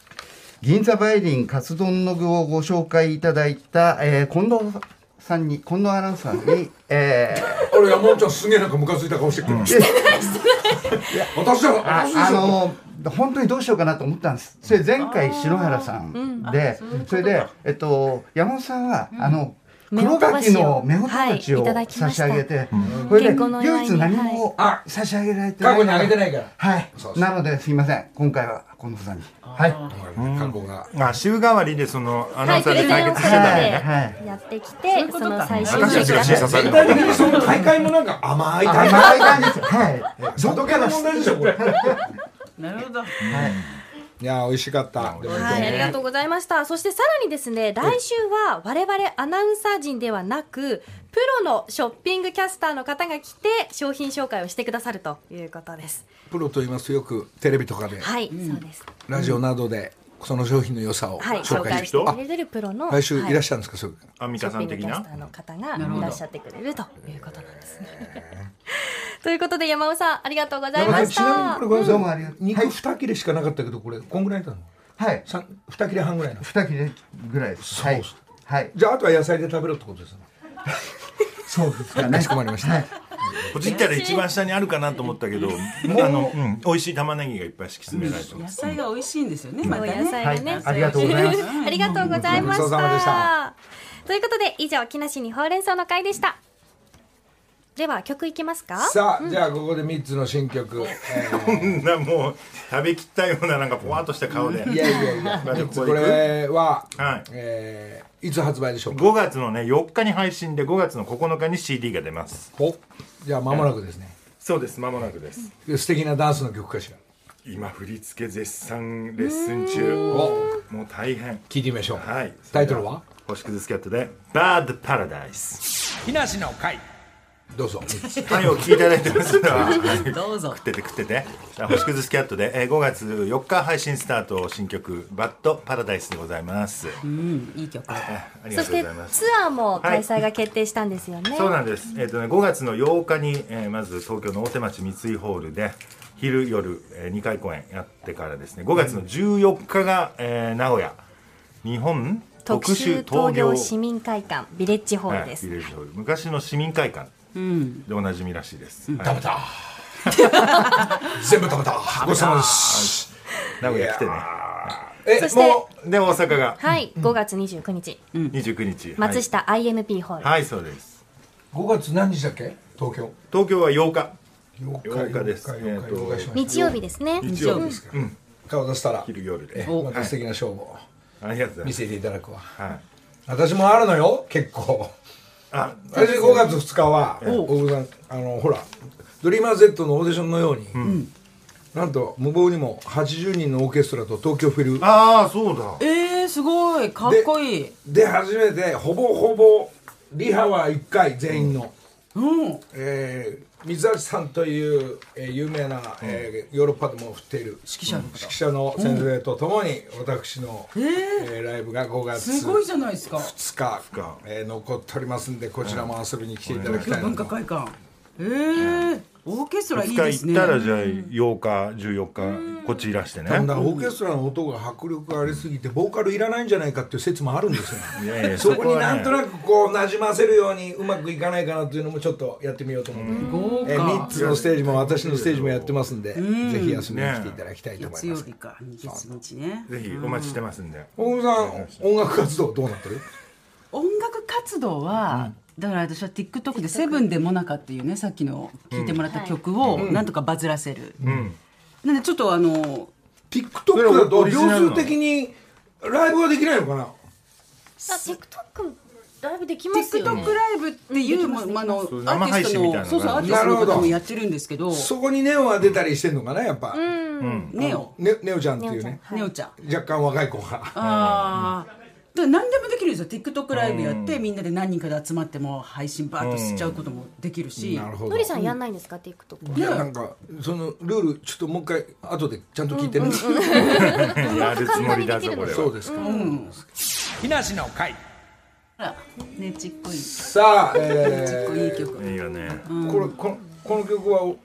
Speaker 7: 銀座梅林カツ丼の具をご紹介いただいた、えー近藤さんに近藤アナウンサーに、えー
Speaker 2: 俺山本ちゃんすげえなんかムカついた顔してく る、してないしてない私だ
Speaker 7: あ
Speaker 2: 私で
Speaker 7: あ
Speaker 2: しょ
Speaker 7: の本当にどうしようかなと思ったんです。それ前回篠原さんで、それでえっと山本さんは、あの黒柿の目ほた
Speaker 1: はい
Speaker 7: ば
Speaker 1: い
Speaker 7: ちを
Speaker 1: ただきま
Speaker 7: 差
Speaker 1: し
Speaker 7: した上げて、これで
Speaker 1: 健康のお祝い
Speaker 7: 唯
Speaker 1: に
Speaker 7: 一何も
Speaker 2: はい
Speaker 7: 差し上げられて
Speaker 2: 過去にあげて
Speaker 7: い
Speaker 2: ないから
Speaker 7: はい
Speaker 2: そうそう
Speaker 7: なのですいません今回はこのふざにはい
Speaker 2: 過去が
Speaker 3: あ週替わりでそのアナ
Speaker 1: は
Speaker 3: ウン
Speaker 1: い、
Speaker 3: サ
Speaker 1: プ
Speaker 3: ー
Speaker 1: レ
Speaker 3: で
Speaker 1: ゼ
Speaker 3: 対
Speaker 1: ンを
Speaker 3: 決
Speaker 1: か
Speaker 3: してた
Speaker 7: はい
Speaker 1: けてやってきて、その最終
Speaker 3: 私たちが審査され
Speaker 2: 全
Speaker 3: るの
Speaker 2: 体的にその大会もなんか甘い
Speaker 7: あ
Speaker 2: 大会
Speaker 7: 甘い感じです はい
Speaker 2: 砂時計の問題でしょこれ
Speaker 5: なるほど。
Speaker 2: いや美味しかったでも
Speaker 1: はい、ありがとうございました。そしてさらにですね、来週は我々アナウンサー陣ではなく、プロのショッピングキャスターの方が来て、商品紹介をしてくださるということです。
Speaker 2: プロと言いますとよくテレビとかで
Speaker 1: はい、そうです。
Speaker 2: ラジオなどでその商品の良さを
Speaker 1: はい、
Speaker 2: 紹
Speaker 1: 紹
Speaker 2: 介
Speaker 1: 介
Speaker 2: し
Speaker 1: してて
Speaker 3: 人
Speaker 1: くれるプロの、
Speaker 2: 来週いらっ
Speaker 1: し
Speaker 2: しゃるんですかそういう
Speaker 3: アンミ
Speaker 1: ショ
Speaker 3: カ
Speaker 1: ッピン
Speaker 3: さん
Speaker 1: グ
Speaker 3: 的
Speaker 1: キャ
Speaker 3: な
Speaker 1: スターの方がいらっしゃってくれるということなんですね。 ということで山尾さんありがとうございまし
Speaker 2: ちなみに
Speaker 1: た
Speaker 2: これ。ごめんなさい
Speaker 7: どうもありがとう
Speaker 2: 肉二切れしかなかったけどこれこんぐらいだったの
Speaker 7: はい
Speaker 2: 三二切れ半ぐらいの
Speaker 7: 二切れぐらいですはい
Speaker 2: そう
Speaker 7: はい
Speaker 2: じゃああとは野菜で食べろってことですね
Speaker 7: そうですか
Speaker 2: か
Speaker 7: ね
Speaker 2: しこまりました
Speaker 3: ほじったら一番下にあるかなと思ったけどあの、うん、美味しい玉ねぎがいっぱい敷き詰められてま
Speaker 5: 野
Speaker 3: す
Speaker 5: 菜が美味しいんですよね。ま
Speaker 1: お
Speaker 5: た
Speaker 1: 野
Speaker 5: ね。
Speaker 1: 菜をね、
Speaker 7: はいありがとうございます
Speaker 1: ありがとうございま
Speaker 2: ごちそう
Speaker 1: し
Speaker 2: さまでした
Speaker 1: た。ということで以上木梨にほうれん草の会でした。では曲いきますか。
Speaker 2: さあじゃあここで三つの新曲え
Speaker 3: こん なもう食べきったようななんかぽわっとした顔で
Speaker 2: ーいやいやいや
Speaker 3: まあでもこ
Speaker 2: こ
Speaker 3: れ
Speaker 2: れは
Speaker 3: はい
Speaker 2: えーいつ発売でしょうか
Speaker 3: 5月のね4日に配信で5月の9日に CD が出ます
Speaker 2: おじゃあ間もなくですね
Speaker 3: そうです間もなくです
Speaker 2: 素敵なダンスの曲かしら
Speaker 3: 今振り付け絶賛レッスン中もう大変
Speaker 2: 聞いてみましょう
Speaker 3: はい
Speaker 2: タイトルは
Speaker 3: 星屑スキャットで「バードパラダイス
Speaker 2: 木梨の会どう ぞ」
Speaker 3: はいお聴きいただいてますが
Speaker 5: どうぞ
Speaker 3: 食っ。てて食っててさあ星屑スキャットで、えー、5月4日配信スタート新曲「バッドパラダイス」でございます
Speaker 5: うん、いい曲。
Speaker 3: あり
Speaker 1: そ
Speaker 3: がと
Speaker 1: して
Speaker 3: うございます
Speaker 1: ツアーも開催が決定したんですよね。
Speaker 3: そうなんです、えっとね、5月の8日に、えーまず東京の大手町三井ホールで昼夜、え2回公演やってからですね5月の14日が、えー名古屋日本
Speaker 1: 特殊東京市民会館ビレッジホールです。
Speaker 3: はいビレッジホール昔の市民会館でおなじみらしいです、はい
Speaker 2: 食べた全部食べたごちそうさまです
Speaker 3: 名古屋来てね
Speaker 2: え
Speaker 1: そして
Speaker 2: も
Speaker 3: で大阪が
Speaker 1: はい、5月29日、
Speaker 3: 29日、
Speaker 1: 松下 IMP ホール。
Speaker 3: はい、はい、そうです
Speaker 2: う5月何日だっけ東京
Speaker 3: 東京は8日
Speaker 2: 8
Speaker 3: 8日です
Speaker 2: 8日
Speaker 3: えーと
Speaker 2: 8日しまし
Speaker 1: 日曜日ですね。
Speaker 3: 日曜日ですか
Speaker 2: たうん顔出したら
Speaker 3: 昼夜で
Speaker 2: また素敵な勝負を
Speaker 3: ありがとうござ
Speaker 2: 見
Speaker 3: います、
Speaker 2: せていただくわ
Speaker 3: はい、
Speaker 2: 私もあるのよ結構
Speaker 3: あ
Speaker 2: 私5月2日は大久保さんあのほら「ドリーマー z のオーディションのように、なんと無謀にも80人のオーケストラと東京フィル
Speaker 3: ああそうだ
Speaker 5: えー、すごい、かっこいい。
Speaker 2: で初めてほぼほぼリハは1回全員の、
Speaker 5: うん。
Speaker 2: えー水橋さんという、えー有名な、えーヨーロッパでも振っている指揮
Speaker 5: 者の方
Speaker 2: 者の先生とともに私の、えーライブが5月
Speaker 5: すごいじゃないですか。
Speaker 2: 2日、えー残っておりますんでこちらも遊びに来ていただきたいな
Speaker 5: 文
Speaker 2: と
Speaker 5: 化会館。えー、オーケストラいい
Speaker 3: 2
Speaker 5: で
Speaker 3: 日
Speaker 5: す
Speaker 3: 行っ
Speaker 5: ね。
Speaker 3: たらじゃあ8日14日こっちいらしてね
Speaker 2: だからオーケストラの音が迫力がありすぎてボーカルいらないんじゃないかっていう説もあるんです よ
Speaker 3: いやいや
Speaker 2: そこに
Speaker 3: は
Speaker 2: な
Speaker 3: ね
Speaker 2: んとなくこうなじませるようにうまくいかないかなというのもちょっとやってみようと思って、
Speaker 5: 豪
Speaker 2: えー、3
Speaker 5: 華。
Speaker 2: つのステージも私のステージもやってますんで、ぜひ休みに来ていただきたいと思
Speaker 5: 月
Speaker 2: いま
Speaker 5: 曜
Speaker 2: す
Speaker 5: 日か、月日ね。
Speaker 3: ぜひお待ちしてますんで
Speaker 2: 大久保さん音楽活動どうなってる
Speaker 5: 音楽活動は、だから私は TikTok で「セブンでモナカ」っていうねさっきの聴いてもらった曲をなんとかバズらせる、なんでちょっとあの
Speaker 2: TikTok だと
Speaker 3: オリジナ
Speaker 2: 秒
Speaker 3: ルなの
Speaker 2: 数的にライブはできないのかな
Speaker 1: あ、TikTok ライブできますよね
Speaker 5: TikTok。ライブっていう、まあのア
Speaker 3: そう
Speaker 5: ー
Speaker 3: 生
Speaker 5: ティ
Speaker 3: 配
Speaker 5: ス
Speaker 3: 信
Speaker 5: ト
Speaker 3: みたいなのが
Speaker 5: のそうそうアーティストの方もやってるんですけど
Speaker 2: そこにネオは出たりしてんのかなやっぱ、
Speaker 5: ネオ
Speaker 2: ね、ネオちゃんっていうね
Speaker 5: ネオちゃん
Speaker 2: 若干若い子が
Speaker 5: ああだから何でもできるんですよ TikTok ライブやって、みんなで何人かで集まっても配信バーッとしちゃうこともできるし、
Speaker 2: なるほど
Speaker 1: のりさんやんないんですか TikTok
Speaker 2: いやなんかそのルールちょっともう一回後でちゃんと聞いてね、
Speaker 3: やるつもりだぞこれ
Speaker 2: そう
Speaker 3: は
Speaker 2: ですか、
Speaker 5: あらねちっこいち
Speaker 2: さあ、
Speaker 5: っ
Speaker 2: え
Speaker 5: こいい曲、
Speaker 3: いいよね
Speaker 2: ー、これこのこの曲はお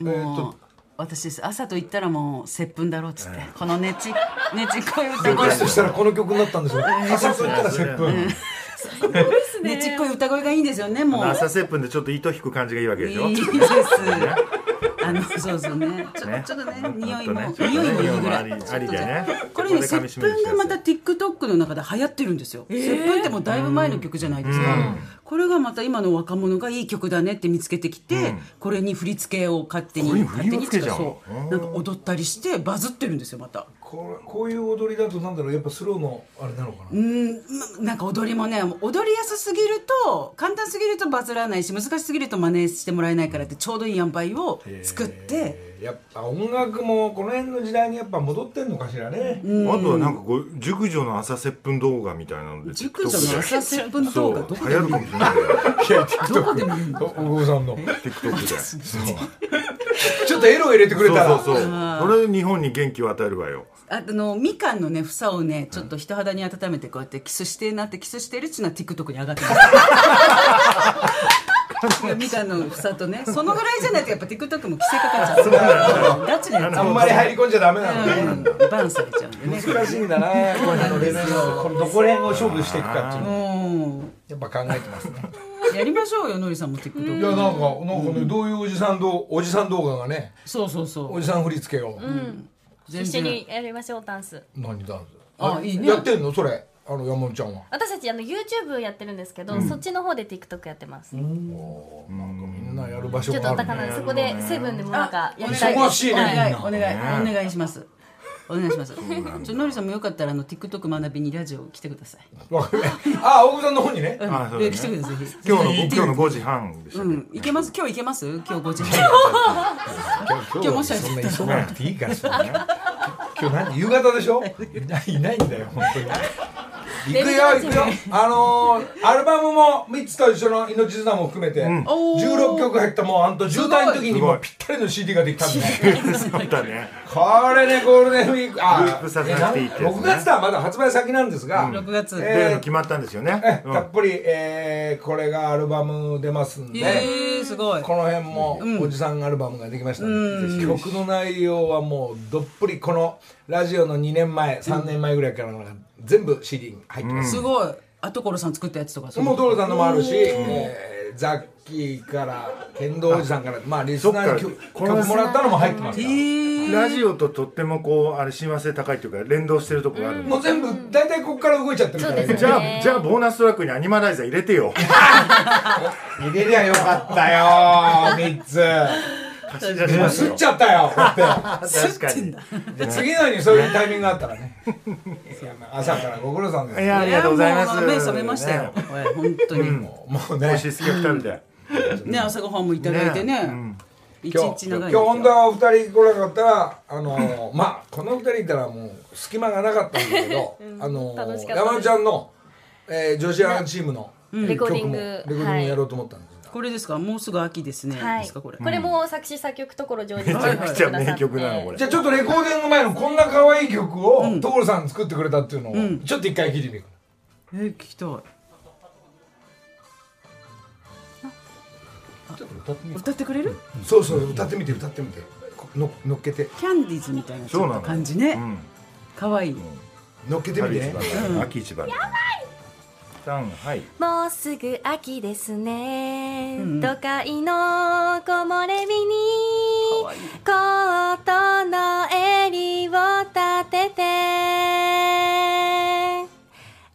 Speaker 2: えー、っ
Speaker 5: もう
Speaker 2: と
Speaker 5: 私です朝と言ったらもう接吻だろうっつって、このね ちねちっこい歌
Speaker 2: リク
Speaker 5: 声
Speaker 2: エストしたらこの曲になったんですよ朝と言ったら接吻
Speaker 5: ねちっこい歌声がいいんですよねもう
Speaker 3: 朝セップンでちょっと糸引く感じがいいわけでしょ
Speaker 5: いいですあのそうそうねちょ
Speaker 3: ね
Speaker 5: ちょっとね匂いも
Speaker 3: ね
Speaker 5: 匂いもいいぐら
Speaker 3: 匂いもありあ
Speaker 5: いちょっと
Speaker 3: りだね
Speaker 5: じゃあこれね
Speaker 3: ここで噛み
Speaker 5: 接
Speaker 3: 締める
Speaker 5: 吻がまた
Speaker 3: や
Speaker 5: TikTok の中で流行ってるんですよ接吻ってもうだいぶ前の曲じゃないですかこれがまた今の若者がいい曲だねって見つけてきてこれに振り付けを勝手に
Speaker 3: これに振
Speaker 5: 勝手
Speaker 3: り
Speaker 5: に
Speaker 3: 付けじゃん
Speaker 5: そうなんか踊ったりしてバズってるんですよまた
Speaker 2: こうこういう踊りだとなんだろうやっぱスローのあれなのかな
Speaker 5: うんまなんか踊りもね踊りやすすぎると簡単すぎるとバズらないし難しすぎると真似してもらえないからってちょうどいい塩梅を作って
Speaker 2: えーやっぱ音楽もこの辺の時代にやっぱ戻ってんのかしらね
Speaker 3: あとはなんかこう熟女の朝接吻動画みたいなので
Speaker 5: 熟女の
Speaker 3: TikTok
Speaker 5: 朝10分動画ど
Speaker 3: で
Speaker 5: こ
Speaker 3: 流
Speaker 5: で
Speaker 3: 行るかもしれないけど
Speaker 2: いや TikTok お大久保さんの
Speaker 3: TikTok で
Speaker 2: ちょっとエロを入れてくれたら
Speaker 3: そうそうそうそれ日本に元気を与えるわよ
Speaker 5: あのみかんのね房をねちょっと人肌に温めてこうやってキスしてえなってキスしてるっちゅうのは TikTok に上がってます。みかんの房とねそのぐらいじゃないとやっぱ TikTok も規制かかっちゃうからガチでやっちゃ
Speaker 2: あ
Speaker 5: うん
Speaker 2: まり入り込んじゃダメなのね
Speaker 5: うんバンされちゃうんでね
Speaker 2: 難しいんだなこういうのレベルをこのどこら辺を勝負していくかっていうの
Speaker 5: うん
Speaker 2: やっぱ考えてますね
Speaker 5: やりましょうよのりさんも TikTok
Speaker 2: いやなんかなんかねどういうおじさんどおじさん動画がね
Speaker 5: そうそうそ
Speaker 2: お
Speaker 5: う
Speaker 2: じさん振り付けを
Speaker 5: 全
Speaker 1: 一緒
Speaker 5: 然
Speaker 1: にやりましょうダンス
Speaker 2: 何ダンス
Speaker 5: あいいね
Speaker 2: やってんのそれあの山本ちゃんは
Speaker 1: 私たちあの YouTube やってるんですけど、そっちの方で TikTok やってます、
Speaker 2: みんなやる場所
Speaker 1: ちょっと
Speaker 2: があ
Speaker 1: だ
Speaker 2: る
Speaker 1: から
Speaker 2: ね
Speaker 1: そこでセブンでもなんかやりたい
Speaker 2: 忙しい
Speaker 5: お
Speaker 2: ね
Speaker 5: 願いお願いお願いしますお願いしますちょのりさんもよかったらあの TikTok 学びにラジオ来てください
Speaker 2: わかんないあ大久保さんの方にね
Speaker 5: うん
Speaker 3: あそうだね
Speaker 5: え来てくださいぜひ
Speaker 3: 今日の今日の5時半でした
Speaker 5: う
Speaker 3: っけ
Speaker 5: ん、いけます今日いけます今日5時半
Speaker 2: 今
Speaker 5: 日もしあれ
Speaker 2: そんな急がなくていいからそれね今日何夕方で しょいないいないんだよ本当に行くよ行くよあのー、アルバムも3つと一緒の「命綱」も含めて、
Speaker 5: おー
Speaker 2: 16曲入ったもうあんと渋滞の時にもうぴったりの CD ができたんで
Speaker 3: そうだね
Speaker 2: これねゴールデンウィークあ
Speaker 3: ループさせなくていいってやつね
Speaker 2: 6月とはまだ発売先なんですが、
Speaker 5: 6月、
Speaker 2: え
Speaker 3: 出るの決まったんですよね
Speaker 2: たっぷり、えーこれがアルバム出ますんで、
Speaker 5: えー、すごい
Speaker 2: この辺もおじさんアルバムができましたので、曲の内容はもうどっぷりこのラジオの2年前3年前ぐらいからのが全部 CD に入ってます、
Speaker 5: すごいあところさん作ったやつとかそ
Speaker 2: もう所さんのもあるし、えーザッキーから剣道おじさんからまあリスナーに
Speaker 3: そっ
Speaker 2: 曲
Speaker 3: かこの
Speaker 2: 曲もらったのも入ってますから、
Speaker 3: ラジオととってもこうあれ親和性高いというか連動してるとこがあるんで
Speaker 2: もう全部大体ここから動いちゃってるから、
Speaker 1: そうです
Speaker 3: じゃあじゃあボーナストラックにアニマライザー入れてよ
Speaker 2: 入れりゃよかったよ3つ
Speaker 3: 貸し出し
Speaker 2: もう
Speaker 3: ます
Speaker 2: 吸っ
Speaker 3: よ
Speaker 2: ちゃったよこうやって
Speaker 3: 確 かに
Speaker 2: じゃあ次の日にそういうタイミングがあったらねいやまあ朝からご苦労さんです
Speaker 3: いやありがとうございます
Speaker 5: やもう目覚めましたよ、
Speaker 3: ね
Speaker 5: はい本当に、
Speaker 2: もう
Speaker 3: 美
Speaker 2: ね
Speaker 3: 味しいすき焼き食べて
Speaker 5: ね朝ごはんもいただいてね一、
Speaker 2: 今
Speaker 5: 日
Speaker 2: 日
Speaker 5: 長
Speaker 2: 今
Speaker 5: いです
Speaker 2: 日
Speaker 5: よ
Speaker 2: 本当はお二人来なかったらあのーまあこの二人いたらもう隙間がなかったんだけど、あのー
Speaker 1: 楽しかったです
Speaker 2: 山野ちゃんの、えー、女子アナチームの
Speaker 1: んレコーディング
Speaker 2: 曲もレコーディングやろうと思ったんですよ、
Speaker 5: これですかもうすぐ秋ですね、
Speaker 1: は
Speaker 5: で
Speaker 1: い
Speaker 5: すかこれ、
Speaker 1: これも作詞作曲ところ上手に
Speaker 3: めちゃくちゃ名曲なの
Speaker 1: れ
Speaker 3: これ
Speaker 2: じゃあちょっとレコーディング前のこんな可愛い曲を所さん作ってくれたっていうのを、ちょっと一回聞いてみよう
Speaker 5: えー、聞きたい
Speaker 2: かなちょっと歌ってみよ
Speaker 5: 歌ってくれる、
Speaker 2: うそうそう歌ってみて歌ってみてこの乗っけて
Speaker 5: キャンディーズみたいなち
Speaker 3: そう
Speaker 5: ょ
Speaker 3: な
Speaker 5: っ
Speaker 3: の
Speaker 5: と感じね、
Speaker 3: うん
Speaker 5: かわいい、
Speaker 2: 乗っけてみ
Speaker 3: 春
Speaker 2: て
Speaker 3: 一
Speaker 2: ね
Speaker 3: 番だね秋一番やばいさんはい
Speaker 1: もうすぐ秋ですね、都会の木漏れ日にコートの襟を立てて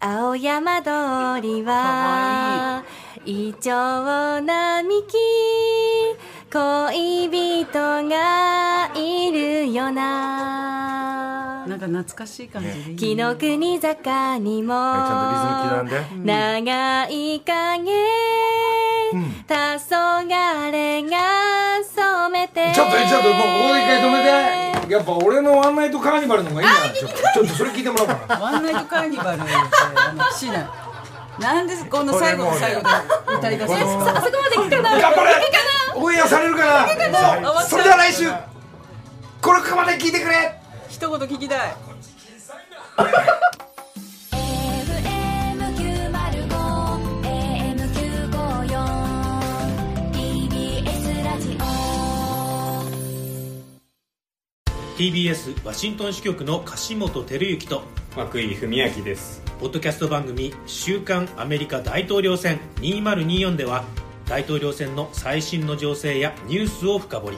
Speaker 1: 青山通りはイチョウ並木恋人がいるよな
Speaker 5: なんか懐かしい感じでいい
Speaker 1: 紀の国坂にも、
Speaker 3: はいちゃんとリズム刻んで
Speaker 1: 長い影、黄昏が染めて
Speaker 2: ちょっとちょっともうここで一回止めてやっぱ俺のワンナイトカーニバルの方がいいなちょっとちょっとそれ聞いてもらおうかな
Speaker 5: ワンナイトカーニバルで、あの、シナ。なんでこの最後の最後で歌い出すんですか。
Speaker 1: あそこまで聞かない
Speaker 2: 頑張れオンエアされるかなそれでは来週これここまで聞いてくれ
Speaker 5: 一言聞きたい。
Speaker 4: TBS ワシントン支局の樫本照之と
Speaker 8: 涌井文明です
Speaker 4: ポッドキャスト番組「週刊アメリカ大統領選2024」では大統領選の最新の情勢やニュースを深掘り